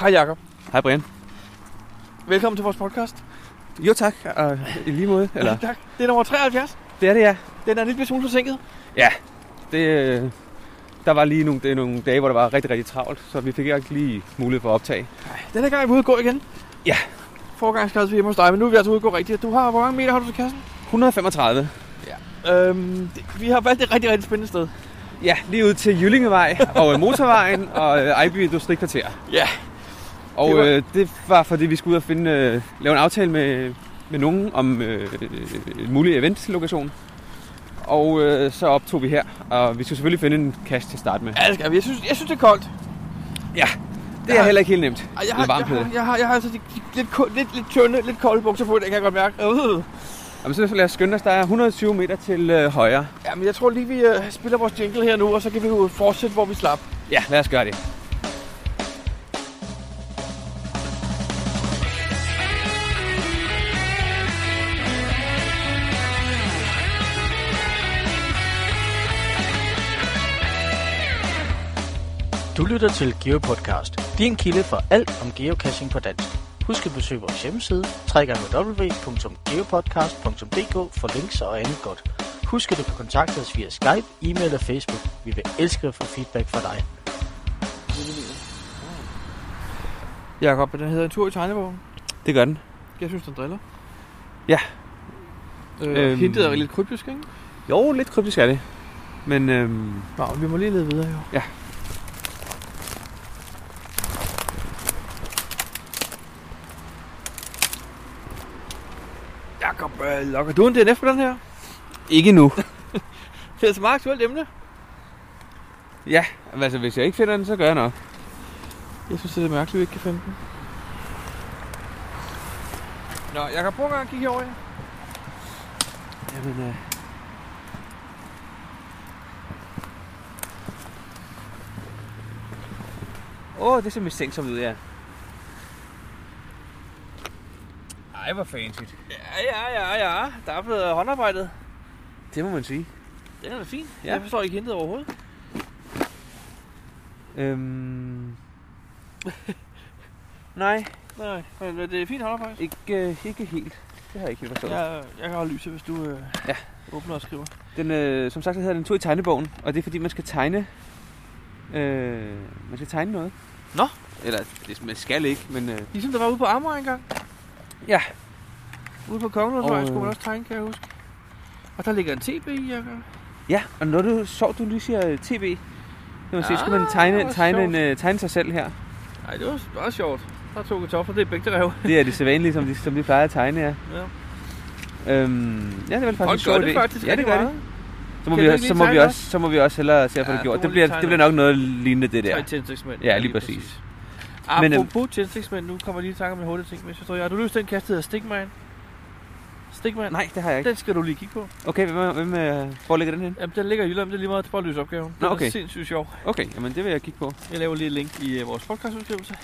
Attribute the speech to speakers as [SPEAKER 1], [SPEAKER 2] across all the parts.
[SPEAKER 1] Hej Jakob.
[SPEAKER 2] Hej Brian.
[SPEAKER 1] Velkommen til vores podcast.
[SPEAKER 2] Jo tak, og i lige måde. Eller,
[SPEAKER 1] Tak. Det er nummer 73.
[SPEAKER 2] det er det, ja.
[SPEAKER 1] Den er en lille smule forsinket.
[SPEAKER 2] Det, øh, der var lige nogle, det er nogle dage, hvor der var rigtig, rigtig travlt, så vi fik ikke lige mulighed for at optage.
[SPEAKER 1] Den her gang er vi ude at gå igen.
[SPEAKER 2] Ja.
[SPEAKER 1] Forrige gang skrev vi hjemme hos dig, men nu er vi altså ude at gå rigtigt. Du har, hvor mange meter har du til kassen?
[SPEAKER 2] 135.
[SPEAKER 1] Øhm, det, vi har valgt et rigtig, rigtig spændende sted.
[SPEAKER 2] Ja, lige ud til Jyllingevej og øh, motorvejen og øh, Ejby Industrikvarter.
[SPEAKER 1] Ja.
[SPEAKER 2] Og
[SPEAKER 1] Det var-
[SPEAKER 2] øh, det var fordi, vi skulle ud og finde, øh, lave en aftale med, med nogen om øh, en mulig eventlokation. Og øh, så optog vi her, og vi skulle selvfølgelig finde en cash til at starte med.
[SPEAKER 1] Ja, det skal vi. Jeg synes, jeg synes det er koldt.
[SPEAKER 2] Det er heller ikke helt nemt.
[SPEAKER 1] Ej,
[SPEAKER 2] med
[SPEAKER 1] Jeg har, jeg,
[SPEAKER 2] varmeplæde.
[SPEAKER 1] har, jeg, har, jeg har altså de, de, lidt, ko- lidt, lidt tynde, lidt kolde bukser på, det kan jeg godt mærke. Øh.
[SPEAKER 2] Jamen, så lad os skynde os. Der er 120 meter til øh, højre.
[SPEAKER 1] Jamen, jeg tror lige, vi øh, spiller vores jingle her nu, og så kan vi jo fortsætte, hvor vi slap.
[SPEAKER 2] Ja, lad os gøre det.
[SPEAKER 3] Du lytter til GeoPodcast, din kilde for alt om geocaching på dansk. Husk at besøge vores hjemmeside, www.geopodcast.dk for links og andet godt. Husk at du kan kontakte os via Skype, e-mail og Facebook. Vi vil elske at få feedback fra dig.
[SPEAKER 1] Jakob, den hedder en tur i tegnebogen.
[SPEAKER 2] Det gør den.
[SPEAKER 1] Jeg synes, den driller.
[SPEAKER 2] Ja.
[SPEAKER 1] Øh,
[SPEAKER 2] Øhm.
[SPEAKER 1] øhm. Hintet er lidt kryptisk, ikke?
[SPEAKER 2] Jo, lidt kryptisk er det. Men øhm,
[SPEAKER 1] Nå, vi må lige lede videre, jo.
[SPEAKER 2] Ja.
[SPEAKER 1] Jakob, øh, lokker du en DNF på den her?
[SPEAKER 2] ikke nu.
[SPEAKER 1] Det er altså meget aktuelt emne.
[SPEAKER 2] ja, altså hvis jeg ikke finder den, så gør jeg nok.
[SPEAKER 1] Jeg synes, det er mærkeligt, at vi ikke kan finde den. Nå, Jakob, prøv en gang at kigge herover.
[SPEAKER 2] Jamen, øh... Åh, oh, det ser mistænksomt ud, ja. Ej, hvor fancy.
[SPEAKER 1] Ja, ja, ja, ja. Der er blevet håndarbejdet.
[SPEAKER 2] Det må man sige.
[SPEAKER 1] Den er da fin.
[SPEAKER 2] Ja.
[SPEAKER 1] Jeg forstår ikke hintet overhovedet.
[SPEAKER 2] Øhm... Nej,
[SPEAKER 1] Nej, men øh, det er fint håndarbejde.
[SPEAKER 2] ikke, øh, ikke helt. Det har jeg ikke helt forstået.
[SPEAKER 1] Jeg, jeg kan holde lyset, hvis du øh,
[SPEAKER 2] Ja.
[SPEAKER 1] ja. åbner og skriver.
[SPEAKER 2] Den, øh, som sagt, så hedder den tur i tegnebogen, og det er fordi, man skal tegne... Øh, man skal tegne noget.
[SPEAKER 1] Nå.
[SPEAKER 2] Eller, det, man skal ikke, men... Øh,
[SPEAKER 1] Ligesom der var ude på Amager engang.
[SPEAKER 2] Ja.
[SPEAKER 1] Ude på Kongelandsvej
[SPEAKER 2] Og,
[SPEAKER 1] skulle man
[SPEAKER 2] øh,
[SPEAKER 1] også tegne, kan jeg huske. Og der ligger en TB i, jeg gør.
[SPEAKER 2] ja, og når du sjovt, du lige siger øh, tv. Når man siger, skal man
[SPEAKER 1] Ah,
[SPEAKER 2] tegne,
[SPEAKER 1] hvor
[SPEAKER 2] tegne, en,
[SPEAKER 1] sjovt.
[SPEAKER 2] øh, tegne sig selv her.
[SPEAKER 1] Ej, det var meget sjovt. Der er to kartofler, det er begge rev.
[SPEAKER 2] Det er det sædvanlige, som de, som de plejer at tegne, ja.
[SPEAKER 1] Ja.
[SPEAKER 2] Øhm, ja, det var faktisk
[SPEAKER 1] Folk
[SPEAKER 2] en
[SPEAKER 1] gør
[SPEAKER 2] sjov
[SPEAKER 1] det
[SPEAKER 2] idé.
[SPEAKER 1] faktisk
[SPEAKER 2] ja, det
[SPEAKER 1] rigtig
[SPEAKER 2] gør det.
[SPEAKER 1] meget.
[SPEAKER 2] Så må,
[SPEAKER 1] Kan
[SPEAKER 2] vi,
[SPEAKER 1] du
[SPEAKER 2] også,
[SPEAKER 1] ikke
[SPEAKER 2] så,
[SPEAKER 1] lige
[SPEAKER 2] må vi
[SPEAKER 1] tegne
[SPEAKER 2] også, så må vi også hellere se at få
[SPEAKER 1] Ja,
[SPEAKER 2] det
[SPEAKER 1] du
[SPEAKER 2] gjort.
[SPEAKER 1] må
[SPEAKER 2] Det
[SPEAKER 1] lige
[SPEAKER 2] bliver,
[SPEAKER 1] tegne
[SPEAKER 2] det bliver nok noget lignende det
[SPEAKER 1] Ja.
[SPEAKER 2] der.
[SPEAKER 1] Tre tændstiksmænd.
[SPEAKER 2] Ja, lige præcis. Men, øhm,
[SPEAKER 1] Apropos tændstiksmænd, nu kommer jeg lige i tanke om en hurtig ting, men jeg tror, jeg har du lyst til en kast, der hedder Stigman? Stigman?
[SPEAKER 2] Nej, det har jeg ikke.
[SPEAKER 1] Den skal du lige kigge på.
[SPEAKER 2] Okay, hvem, hvem, øh, hvor ligger den hen?
[SPEAKER 1] Jamen, den ligger i Jylland, men det er lige meget, det er bare at løse opgaven. Den
[SPEAKER 2] okay.
[SPEAKER 1] er sindssygt sjov.
[SPEAKER 2] Okay, jamen det vil jeg kigge på.
[SPEAKER 1] Jeg laver lige et link i øh, vores podcastbeskrivelse.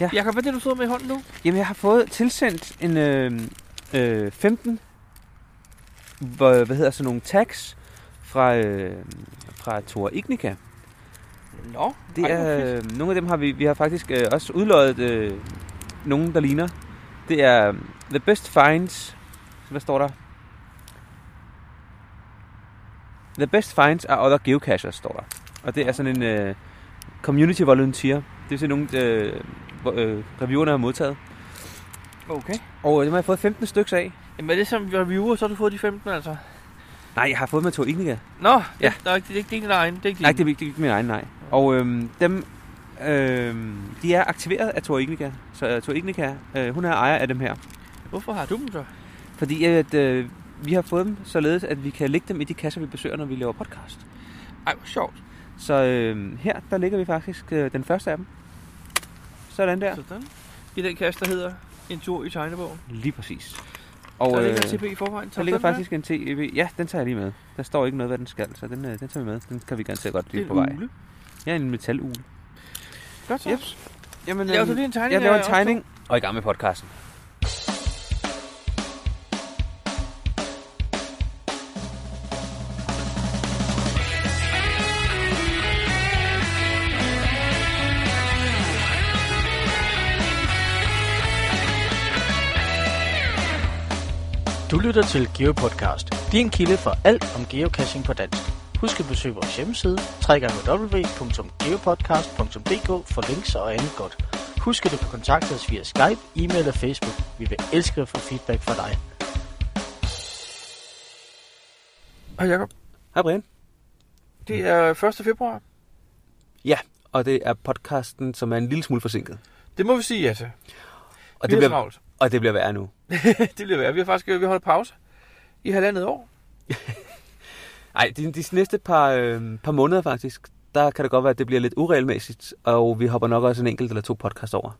[SPEAKER 2] Ja.
[SPEAKER 1] Ja. Jakob, hvad er det, du sidder med i hånden nu?
[SPEAKER 2] Jamen, jeg har fået tilsendt en øh, øh, 15, hvad, hvad hedder sådan nogle tags fra, øh, fra Tor Ignica.
[SPEAKER 1] Nå,
[SPEAKER 2] Det er, øh, nogle af dem har vi, vi har faktisk øh, også udløjet øh, nogle, der ligner. Det er øh, The Best Finds. Hvad står der? The Best Finds are other geocachers, står der. Og det er sådan en øh, community volunteer. Det vil sige nogle, øh, hvor, øh, reviewerne har modtaget.
[SPEAKER 1] Okay.
[SPEAKER 2] Og øh, dem har jeg fået 15 stykker af.
[SPEAKER 1] Jamen er det som reviewer, så har du fået de 15 altså?
[SPEAKER 2] Nej, jeg har fået med to Ignica.
[SPEAKER 1] Nå,
[SPEAKER 2] Ja.
[SPEAKER 1] ja. det, nej, det er ikke din egen. Det er ikke din.
[SPEAKER 2] Nej, det er ikke, det er ikke min egen, nej. Og øhm, dem, øhm, de er aktiveret af Tor Ignica. Så uh, Tor Ignica, øh, hun er ejer af dem her.
[SPEAKER 1] Hvorfor har du dem så?
[SPEAKER 2] Fordi at, øh, vi har fået dem således, at vi kan lægge dem i de kasser, vi besøger, når vi laver podcast.
[SPEAKER 1] Ej, hvor sjovt.
[SPEAKER 2] Så øh, her, der ligger vi faktisk øh, den første af dem. Sådan
[SPEAKER 1] Ja.
[SPEAKER 2] der.
[SPEAKER 1] Sådan. I den kasse, der hedder En tur i tegnebogen.
[SPEAKER 2] Lige præcis.
[SPEAKER 1] Og
[SPEAKER 2] Og
[SPEAKER 1] der
[SPEAKER 2] øh,
[SPEAKER 1] ligger en TB i forvejen.
[SPEAKER 2] der ligger faktisk en TEB. Ja, den tager jeg lige med. Der står ikke noget, hvad den skal, så den, øh, den tager vi med. Den kan vi ganske godt
[SPEAKER 1] det
[SPEAKER 2] lige
[SPEAKER 1] er
[SPEAKER 2] på vej.
[SPEAKER 1] Ule.
[SPEAKER 2] Ja, en metalugle.
[SPEAKER 1] Godt så.
[SPEAKER 2] Jeps. Jamen,
[SPEAKER 1] Laver du lige en tegning?
[SPEAKER 2] jeg laver
[SPEAKER 1] af
[SPEAKER 2] en
[SPEAKER 1] os to?
[SPEAKER 2] tegning. Og i gang med podcasten.
[SPEAKER 4] Thank
[SPEAKER 3] Du lytter til GeoPodcast, din kilde for alt om geocaching på dansk. Husk at besøge vores hjemmeside, www.geopodcast.dk for links og andet godt. Husk at du kan kontakte os via Skype, e-mail eller Facebook. Vi vil elske at få feedback fra dig.
[SPEAKER 1] Hej Jacob.
[SPEAKER 2] Hej Brian. Mm.
[SPEAKER 1] Det er 1. februar.
[SPEAKER 2] Og det er podcasten, som er en lille smule forsinket.
[SPEAKER 1] Det må vi sige ja til.
[SPEAKER 2] Og
[SPEAKER 1] vi
[SPEAKER 2] det,
[SPEAKER 1] har
[SPEAKER 2] bliver,
[SPEAKER 1] travlt.
[SPEAKER 2] og det bliver værre nu.
[SPEAKER 1] det bliver værd. Vi har faktisk vi har holdt pause i halvandet år.
[SPEAKER 2] Nej, de, de næste par, øh, par måneder faktisk, der kan det godt være, at det bliver lidt uregelmæssigt, og vi hopper nok også en enkelt eller to podcast over.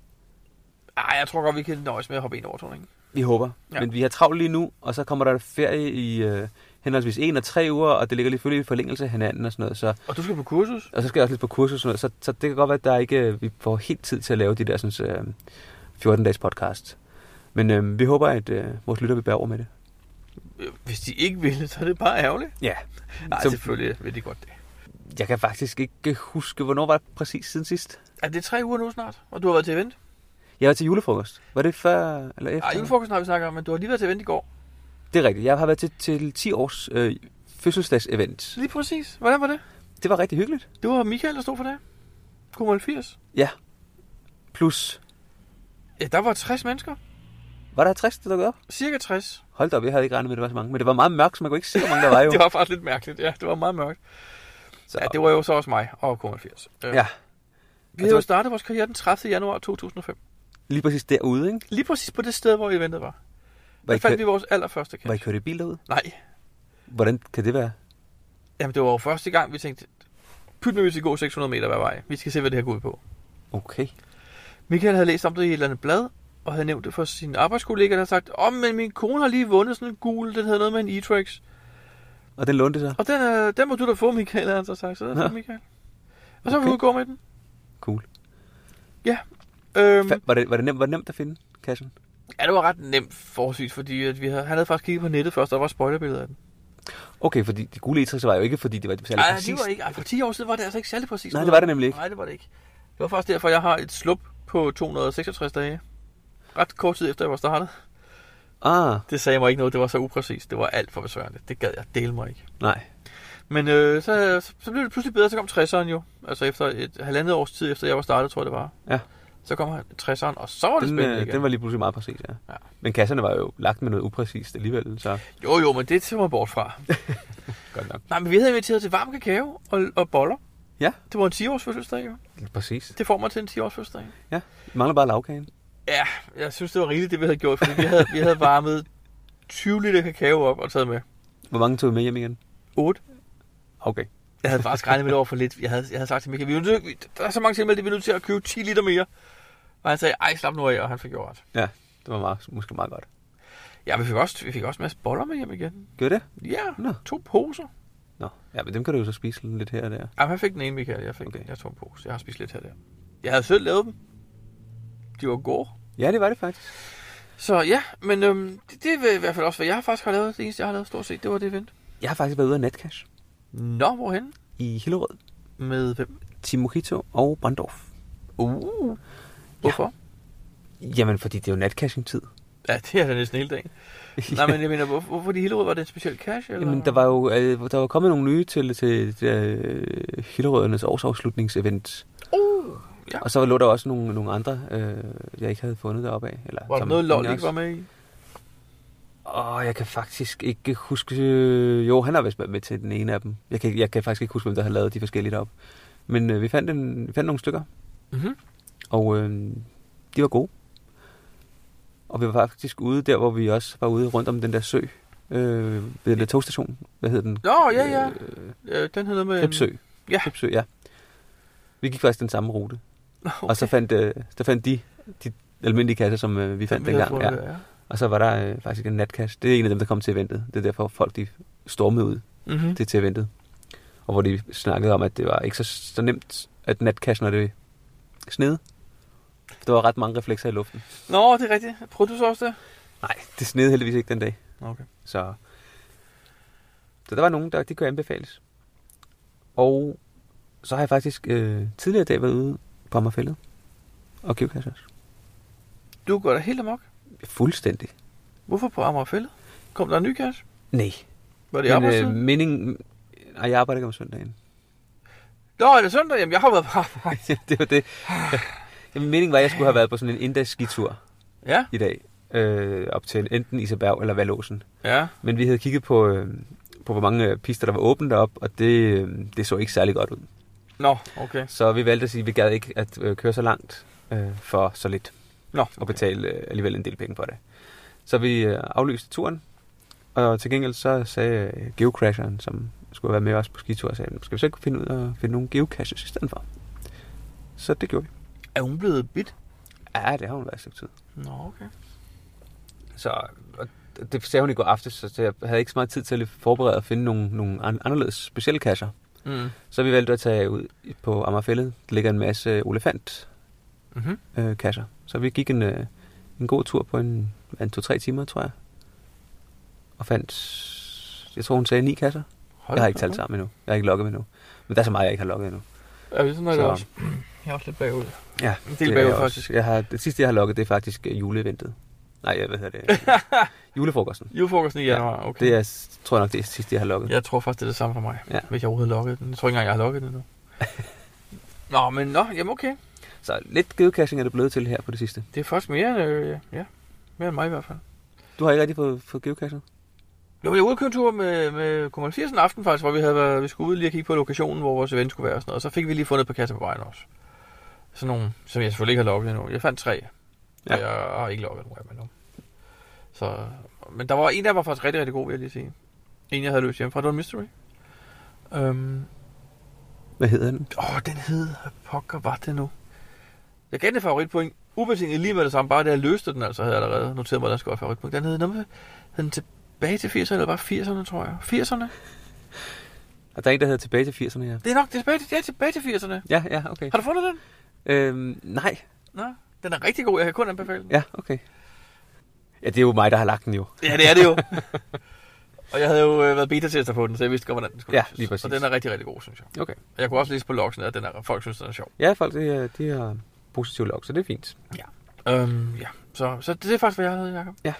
[SPEAKER 1] Ej, jeg tror godt, vi kan nøjes med at hoppe en over, tror jeg. ikke?
[SPEAKER 2] Vi håber.
[SPEAKER 1] Ja.
[SPEAKER 2] Ja. Men vi har travlt lige nu, og så kommer der ferie i øh, henholdsvis en og tre uger, og det ligger lige følge i forlængelse af hinanden og sådan noget. Så,
[SPEAKER 1] Og du skal på kursus.
[SPEAKER 2] og så skal jeg også lidt på kursus og sådan noget, så, så det kan godt være, at der ikke, øh, vi får helt tid til at lave de der sådan, øh, 14-dages podcast. Men øh, vi håber, at øh, vores lytter vil bære over med det.
[SPEAKER 1] Øh, Hvis de ikke ville, så er det bare ærgerligt.
[SPEAKER 2] Ja.
[SPEAKER 1] Nej,
[SPEAKER 2] Så-
[SPEAKER 1] selvfølgelig vil de godt det.
[SPEAKER 2] Jeg kan faktisk ikke huske, hvornår var det præcis siden sidst.
[SPEAKER 1] Er det tre uger nu snart, og du har været til event? Jeg
[SPEAKER 2] Jeg var til julefrokost. Var det før eller efter?
[SPEAKER 1] Ej, julefrokosten har vi snakket om, men du har lige været til event i går.
[SPEAKER 2] Det er rigtigt. Jeg har været til, til 10 års øh, fødselsdagsevent.
[SPEAKER 1] Lige præcis. Hvordan var det?
[SPEAKER 2] Det var rigtig hyggeligt.
[SPEAKER 1] Det var Michael, der stod for det. Kommer 80.
[SPEAKER 2] Plus,
[SPEAKER 1] Ja, der var 60 mennesker.
[SPEAKER 2] var der 60, der dukkede op?
[SPEAKER 1] Cirka 60.
[SPEAKER 2] Hold da op, jeg havde ikke regnet med, at det var så mange. Men det var meget mørkt, så man kunne ikke se, hvor mange der var jo.
[SPEAKER 1] Det var faktisk lidt mærkeligt. Ja, det var meget mørkt.
[SPEAKER 2] så,
[SPEAKER 1] Ja, det var jo så også mig og K80. Øh,
[SPEAKER 2] Ja.
[SPEAKER 1] Vi havde jo startet vores karriere den 30. januar 2005.
[SPEAKER 2] Lige præcis derude, ikke?
[SPEAKER 1] Lige præcis på det sted, hvor eventet var.
[SPEAKER 2] Var
[SPEAKER 1] Der
[SPEAKER 2] I,
[SPEAKER 1] fandt
[SPEAKER 2] kørt,
[SPEAKER 1] vi vores allerførste
[SPEAKER 2] var I
[SPEAKER 1] cash.
[SPEAKER 2] kørt i bil derude?
[SPEAKER 1] Nej,
[SPEAKER 2] Hvordan kan det være?
[SPEAKER 1] jamen det var jo første gang, vi tænkte, pyt med, vi skal gå 600 meter hver vej. Vi skal se, hvad det her går ud på.
[SPEAKER 2] Okay.
[SPEAKER 1] Michael havde læst om det i et eller andet blad, og havde nævnt det for sin arbejdskollega, der havde sagt, åh, oh, men min kone har lige vundet sådan en gul, den havde noget med en e-trax.
[SPEAKER 2] Og den lånte så?
[SPEAKER 1] Og den, øh, den må du da få, Michael, havde han så sagt. Så den
[SPEAKER 2] Nå.
[SPEAKER 1] fik Michael. Og så var vi
[SPEAKER 2] Okay.
[SPEAKER 1] ude og gå med den.
[SPEAKER 2] Cool.
[SPEAKER 1] Øhm,
[SPEAKER 2] Fa- var, det, var, det nemt, var det nemt at finde kassen?
[SPEAKER 1] ja, det var ret nemt forholdsvis, fordi at vi havde, han havde faktisk kigget på nettet først, og der var spoilerbilleder af den.
[SPEAKER 2] Okay, fordi de gule e var jo ikke, fordi det var særlig
[SPEAKER 1] Nej,
[SPEAKER 2] præcist.
[SPEAKER 1] det Ah, var ikke. Ej, for 10 år siden var det altså ikke særlig præcis.
[SPEAKER 2] Nej, det var det nemlig ikke.
[SPEAKER 1] Nej, det var det ikke. Det var faktisk derfor, jeg har et slup på 266 dage. Ret kort tid efter, jeg var startet.
[SPEAKER 2] Ah,
[SPEAKER 1] Det sagde mig ikke noget. Det var så upræcist. Det var alt for besværligt. Det gad jeg dele mig ikke.
[SPEAKER 2] nej.
[SPEAKER 1] Men øh, så, så blev det pludselig bedre. Så kom 60'eren jo. Altså efter et halvandet års tid, efter jeg var startet, tror jeg det var.
[SPEAKER 2] Ja.
[SPEAKER 1] Så kom han- 60'eren, og så var det
[SPEAKER 2] Den,
[SPEAKER 1] spændende igen.
[SPEAKER 2] øh, den var lige pludselig meget præcis, ja.
[SPEAKER 1] Ja.
[SPEAKER 2] ja. Men kasserne var jo lagt med noget upræcist alligevel, så
[SPEAKER 1] Jo, jo, men det ser man bort fra.
[SPEAKER 2] godt nok.
[SPEAKER 1] Nej, men vi havde inviteret til varm kakao og, og boller.
[SPEAKER 2] Ja.
[SPEAKER 1] Det var en 10-års fødselsdag, jo.
[SPEAKER 2] Præcis.
[SPEAKER 1] Det får mig til en 10-års fødselsdag.
[SPEAKER 2] Vi mangler bare lavkagen.
[SPEAKER 1] Ja, jeg synes, det var rigeligt, det vi havde gjort, fordi vi havde, vi havde varmet 20 liter kakao op og taget med.
[SPEAKER 2] Hvor mange tog I med hjem igen?
[SPEAKER 1] 8.
[SPEAKER 2] Okay.
[SPEAKER 1] Jeg havde faktisk regnet med det over for lidt. Jeg havde, jeg havde sagt til Michael, vi er nødt til, vi, der er så mange tilmeldte, vi er nødt til at købe 10 liter mere. Og han sagde, ej, slap nu af, og han fik jo ret.
[SPEAKER 2] Det var meget, måske meget godt.
[SPEAKER 1] Ja, vi fik også, vi fik også en masse boller med hjem igen.
[SPEAKER 2] Gjorde det?
[SPEAKER 1] Ja,
[SPEAKER 2] Nå.
[SPEAKER 1] to poser.
[SPEAKER 2] Nå. Ja, men dem kan du jo så spise lidt her og der.
[SPEAKER 1] Jamen, han fik den ene, Michael. Jeg fik okay.
[SPEAKER 2] Okay.
[SPEAKER 1] den. Jeg tog en pose. Jeg har spist lidt her og der. Jeg havde selv lavet dem. De var gode.
[SPEAKER 2] Ja, det var det faktisk.
[SPEAKER 1] Så ja, men øhm, det, det er i hvert fald også, hvad jeg faktisk har lavet. Det eneste, jeg har lavet stort set, det var det event.
[SPEAKER 2] Jeg har faktisk været ude af Netcash
[SPEAKER 1] Nå, hvorhen?
[SPEAKER 2] i Hillerød.
[SPEAKER 1] Med hvem?
[SPEAKER 2] Tim Mojito og Brandorf.
[SPEAKER 1] Uh. Hvorfor?
[SPEAKER 2] Jamen, fordi det er jo natcaching-tid.
[SPEAKER 1] Ja, det er da næsten hele dagen. Nej, men jeg mener, hvorfor, hvorfor de Hillerød? Var det en speciel cash? Eller?
[SPEAKER 2] Jamen, der var jo øh, der var kommet nogle nye til, til, til øh, Hillerødernes årsafslutningsevent.
[SPEAKER 1] Uh, ja.
[SPEAKER 2] Og så lå der også nogle, nogle andre, øh, jeg ikke havde fundet deroppe af. Eller,
[SPEAKER 1] Var der
[SPEAKER 2] som-
[SPEAKER 1] noget lol,
[SPEAKER 2] også-
[SPEAKER 1] ikke var med i?
[SPEAKER 2] Åh, jeg kan faktisk ikke huske... øh, Jo, han har vist været med til den ene af dem. Jeg kan, ikke- jeg kan faktisk ikke huske, hvem der har lavet de forskellige deroppe. Men øh, vi, fandt en, vi fandt nogle stykker,
[SPEAKER 1] Mm-hmm.
[SPEAKER 2] og øh, de var gode. Og vi var faktisk ude der, hvor vi også var ude rundt om den der sø. Øh, ved den der togstation. Hvad hed den?
[SPEAKER 1] Nå, ja, ja.
[SPEAKER 2] Øh,
[SPEAKER 1] Øh, den hedder med...
[SPEAKER 2] Klipsø.
[SPEAKER 1] Ja.
[SPEAKER 2] Klipsø, ja. Vi gik faktisk den samme rute.
[SPEAKER 1] Okay.
[SPEAKER 2] Okay. Og så fandt, øh, så fandt de de almindelige kasser, som øh, vi fandt
[SPEAKER 1] Den vi havde
[SPEAKER 2] dengang. Ja.
[SPEAKER 1] fået, ja.
[SPEAKER 2] Og så var der øh, faktisk en natkasse. Det er en af dem, der kom til eventet. Det er derfor folk de stormede ud
[SPEAKER 1] Mm-hmm.
[SPEAKER 2] det til eventet. Og hvor de snakkede om, at det var ikke så, så nemt, at natkasse, når det snede. Der var ret mange reflekser i luften.
[SPEAKER 1] Nå, det er rigtigt. Prøvede du så også det?
[SPEAKER 2] Nej, det snede heldigvis ikke den dag.
[SPEAKER 1] Okay.
[SPEAKER 2] Så, så der var nogen, der de kunne anbefales. Og så har jeg faktisk øh, tidligere i dag været ude på Ammerfællet. Og geocache også.
[SPEAKER 1] Du går da helt amok.
[SPEAKER 2] Fuldstændig.
[SPEAKER 1] Hvorfor på Amagerfællet? Kom der en ny kasse?
[SPEAKER 2] Nej.
[SPEAKER 1] Var det i
[SPEAKER 2] Men øh,
[SPEAKER 1] arbejdstiden? Øh...
[SPEAKER 2] meningen... Nej, jeg arbejder ikke om søndagen.
[SPEAKER 1] Nå, er det søndag? Jamen, jeg har været på arbejde.
[SPEAKER 2] det var det. Jamen, meningen var, at jeg skulle have været på sådan en inddags skitur
[SPEAKER 1] Ja,
[SPEAKER 2] i dag. Øh, op til enten Iserberg eller Valåsen.
[SPEAKER 1] ja.
[SPEAKER 2] Men vi havde kigget på, øh, på hvor mange øh, pister, der var åbne derop, og det, øh, det så ikke særlig godt ud.
[SPEAKER 1] Nå, okay.
[SPEAKER 2] Så vi valgte at sige, at vi gad ikke at øh, køre så langt øh, for så lidt,
[SPEAKER 1] Nå,
[SPEAKER 2] og betale øh, alligevel en del penge for det. Så vi øh, aflyste turen, og til gengæld så sagde øh, geocrasheren, som skulle være med os på skitur, sagde, skal vi så ikke finde ud og finde nogle geocaches i stedet for? Så det gjorde vi.
[SPEAKER 1] er hun blevet bit?
[SPEAKER 2] Ja, det har hun været et stykke tid.
[SPEAKER 1] Nå, okay.
[SPEAKER 2] Så og det sagde hun i går aftes, så jeg havde ikke så meget tid til at forberede og finde nogle, nogle an- anderledes specielle cacher.
[SPEAKER 1] Mm.
[SPEAKER 2] Så vi valgte at tage ud på Amagerfællet. Der ligger en masse olefant
[SPEAKER 1] Mm-hmm.
[SPEAKER 2] øh, kasser. Så vi gik en, øh, en god tur på en, en to-tre timer, tror jeg. Og fandt, jeg tror hun sagde ni kasser.
[SPEAKER 1] Hold
[SPEAKER 2] jeg har
[SPEAKER 1] da
[SPEAKER 2] ikke
[SPEAKER 1] op.
[SPEAKER 2] talt sammen endnu. Jeg har ikke logget endnu. Men der er så meget, jeg ikke har logget endnu.
[SPEAKER 1] Ja, vi sådan er det
[SPEAKER 2] Så-
[SPEAKER 1] også. Jeg er også lidt bagud.
[SPEAKER 2] Ja,
[SPEAKER 1] En
[SPEAKER 2] det
[SPEAKER 1] del
[SPEAKER 2] er
[SPEAKER 1] bagud,
[SPEAKER 2] jeg også.
[SPEAKER 1] faktisk.
[SPEAKER 2] Jeg har, det sidste, jeg har logget, det er faktisk øh, juleeventet. Nej, jeg- hvad hedder det? Julefrokosten.
[SPEAKER 1] Julefrokosten i
[SPEAKER 2] Ja,
[SPEAKER 1] januar, okay.
[SPEAKER 2] Det er, tror jeg nok, det er sidste, jeg har logget.
[SPEAKER 1] Jeg tror faktisk, det er det samme for mig,
[SPEAKER 2] Ja.
[SPEAKER 1] ja. hvis jeg overhovedet har logget den. Jeg tror ikke engang, jeg har logget den nu. nå, men nå, jamen okay.
[SPEAKER 2] Så lidt geocaching er det blevet til her på det sidste.
[SPEAKER 1] Det er faktisk mere, end, øh, ja, mere end mig i hvert fald.
[SPEAKER 2] Du har ikke rigtig fået, fået geocachet?
[SPEAKER 1] Jo, jeg var ude at køre en tur med, med Kommand 80 en aften faktisk, hvor vi, havde været, vi skulle ud lige og kigge på lokationen, hvor vores event skulle være og sådan noget. Og så fik vi lige fundet et par kasser på vejen også. Sådan nogle, som jeg selvfølgelig ikke har logget endnu. Jeg fandt tre, ja.
[SPEAKER 2] Ja.
[SPEAKER 1] og jeg har ikke logget nogen af dem endnu. Så, men der var en, der var faktisk rigtig, rigtig god, vil jeg lige sige. En, jeg havde løst hjemmefra, det var en mystery. Øhm,
[SPEAKER 2] Hvad hedder den?
[SPEAKER 1] Åh, den hed... Hvad pokker var det nu? Jeg gav den et favoritpoint. Ubetinget lige med det samme. Bare det, jeg løste den, altså, havde jeg allerede noteret mig, at den skulle være et favoritpoint. Den hed, noget med, hed den tilbage til 80'erne, eller bare 80'erne, tror jeg. 80'erne?
[SPEAKER 2] Og der er en, der hedder Tilbage til 80'erne, ja.
[SPEAKER 1] Det er nok det er tilbage til, ja, tilbage til 80'erne.
[SPEAKER 2] Ja, ja, okay.
[SPEAKER 1] Har du fundet den?
[SPEAKER 2] Øhm, nej,
[SPEAKER 1] Nå, den er rigtig god. Jeg kan kun anbefale den.
[SPEAKER 2] Ja, okay. Ja, det er jo mig, der har lagt den jo.
[SPEAKER 1] Ja, det er det jo. og jeg havde jo øh, været beta-tester på den, så jeg vidste godt, hvordan den skulle
[SPEAKER 2] Ja,
[SPEAKER 1] løses.
[SPEAKER 2] lige præcis.
[SPEAKER 1] Og den er rigtig, rigtig god, synes jeg.
[SPEAKER 2] Okay.
[SPEAKER 1] Og jeg kunne også læse på logsen, at den er, folk synes, den er sjov.
[SPEAKER 2] Ja, folk det er, de har positiv log, så det er fint.
[SPEAKER 1] Øhm, ja. Så, så det er faktisk, hvad jeg havde, Jacob.
[SPEAKER 2] Ja.
[SPEAKER 1] Er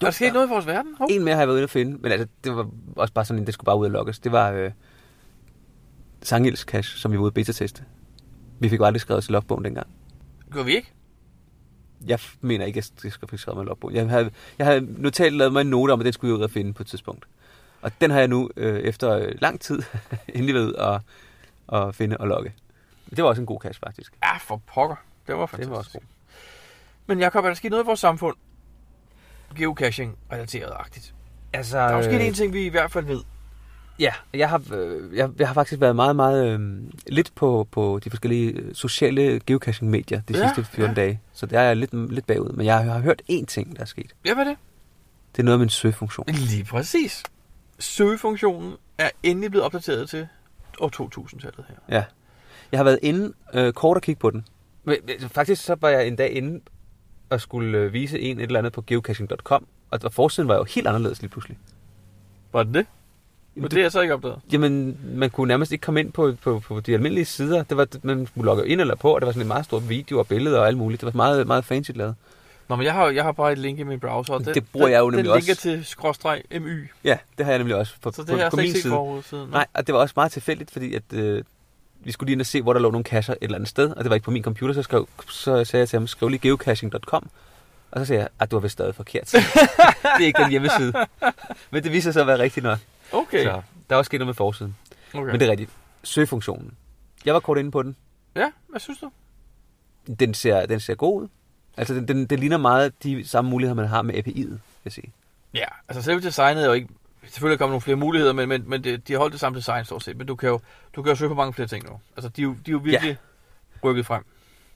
[SPEAKER 1] der sket noget i vores verden? Hov.
[SPEAKER 2] Oh. En mere har jeg været ude at finde, men altså, det var også bare sådan en, det skulle bare ud og logges. Det var øh, Sangils Cash, som vi var ude at beta-teste. Vi fik jo aldrig skrevet til logbogen dengang.
[SPEAKER 1] Gjorde vi ikke?
[SPEAKER 2] Jeg f- mener ikke, at jeg skal fik skrevet mig i logbogen. Jeg havde, jeg havde notalt lavet mig en note om, at den skulle jeg ud og finde på et tidspunkt. Og den har jeg nu øh, efter øh, lang tid endelig ved at, at finde og logge. Det var også en god cash, faktisk.
[SPEAKER 1] Ja, for pokker. Det var fantastisk.
[SPEAKER 2] Det var også god.
[SPEAKER 1] Men Jacob, er der sket noget i vores samfund? Geocaching-relateret-agtigt.
[SPEAKER 2] Altså,
[SPEAKER 1] Der er jo sket en ting, vi i hvert fald ved.
[SPEAKER 2] Ja, jeg har, øh, jeg, jeg har faktisk været meget, meget øh, lidt på, på de forskellige øh, sociale geocaching-medier de
[SPEAKER 1] Ja,
[SPEAKER 2] sidste 14
[SPEAKER 1] ja.
[SPEAKER 2] dage. Så der er jeg lidt, lidt bagud. Men jeg har hørt én ting, der er sket.
[SPEAKER 1] Ja, hvad er det?
[SPEAKER 2] Det er noget med en søgefunktion.
[SPEAKER 1] Lige præcis. Søgefunktionen er endelig blevet opdateret til år 2000-tallet her.
[SPEAKER 2] Ja. Jeg har været inde øh, kort og kigge på den. Men, men, faktisk så var jeg en dag inde og skulle øh, vise en et eller andet på geocaching.com. Og, og forsiden var jo helt anderledes lige pludselig.
[SPEAKER 1] Var det det? Men
[SPEAKER 2] Jamen,
[SPEAKER 1] det er jeg så ikke opdaget.
[SPEAKER 2] Jamen, man kunne nærmest ikke komme ind på, på, på de almindelige sider. Det var, man skulle logge ind eller på, og det var sådan en meget stor video og billeder og alt muligt. Det var meget, meget fancy lavet.
[SPEAKER 1] Nå, men jeg har, jeg har bare et link i min browser. og Den,
[SPEAKER 2] Det bruger jeg jo
[SPEAKER 1] den,
[SPEAKER 2] nemlig
[SPEAKER 1] den linker
[SPEAKER 2] også.
[SPEAKER 1] til skråstreg my.
[SPEAKER 2] Ja, det har jeg nemlig også på,
[SPEAKER 1] Så det
[SPEAKER 2] på,
[SPEAKER 1] har jeg
[SPEAKER 2] på
[SPEAKER 1] slet
[SPEAKER 2] min
[SPEAKER 1] ikke set
[SPEAKER 2] side.
[SPEAKER 1] forud siden.
[SPEAKER 2] Nej, og det var også meget tilfældigt, fordi at, øh, vi skulle lige ind og se, hvor der lå nogle kasser et eller andet sted, og det var ikke på min computer, så, skrev, så sagde jeg til ham, skriv lige geocaching.com, og så sagde jeg, at du har vist stadig forkert. det er ikke den hjemmeside. Men det viser sig at være rigtigt nok.
[SPEAKER 1] Okay.
[SPEAKER 2] Så der er også sket noget med forsiden.
[SPEAKER 1] okay.
[SPEAKER 2] Men det er rigtigt. Søgefunktionen. Jeg var kort inde på den.
[SPEAKER 1] Ja, hvad synes du?
[SPEAKER 2] Den ser, den ser god ud. Altså, den, den, den ligner meget de samme muligheder, man har med API'et, vil jeg sige.
[SPEAKER 1] Ja, altså selve designet er jo ikke... Selvfølgelig kommer nogle flere muligheder, men, men, men det, de har holdt det samme design stort set. Men du kan jo, du kan jo søge på mange flere ting nu. Altså, de er jo, de er jo virkelig ja. rykket frem.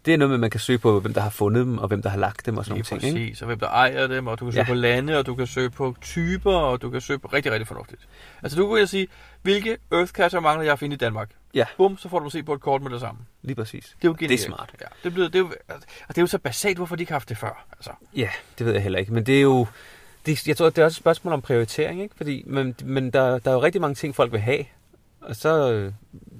[SPEAKER 2] Det er noget med, at man kan søge på, hvem der har fundet dem, og hvem der har lagt dem og sådan
[SPEAKER 1] Lige
[SPEAKER 2] nogle ting. Ikke?
[SPEAKER 1] præcis, og hvem der ejer dem, og du kan søge
[SPEAKER 2] Ja.
[SPEAKER 1] ja. på lande, og du kan søge på typer, og du kan søge på rigtig, rigtig fornuftigt. Altså, du kan jo sige, hvilke Earthcatcher mangler jeg at finde i Danmark?
[SPEAKER 2] Ja.
[SPEAKER 1] Bum, så får du se på et kort med det samme.
[SPEAKER 2] Lige præcis.
[SPEAKER 1] Det er jo
[SPEAKER 2] Det er
[SPEAKER 1] genialt.
[SPEAKER 2] smart.
[SPEAKER 1] Ja, det, er blevet, det, er jo, altså, og det er jo så basalt, hvorfor de ikke har haft det før. Altså,
[SPEAKER 2] Ja, det ved jeg heller ikke. Men det er jo... Det, jeg tror, det er også et spørgsmål om prioritering, ikke? Fordi, men men der, der er jo rigtig mange ting, folk vil have. Og så... øh,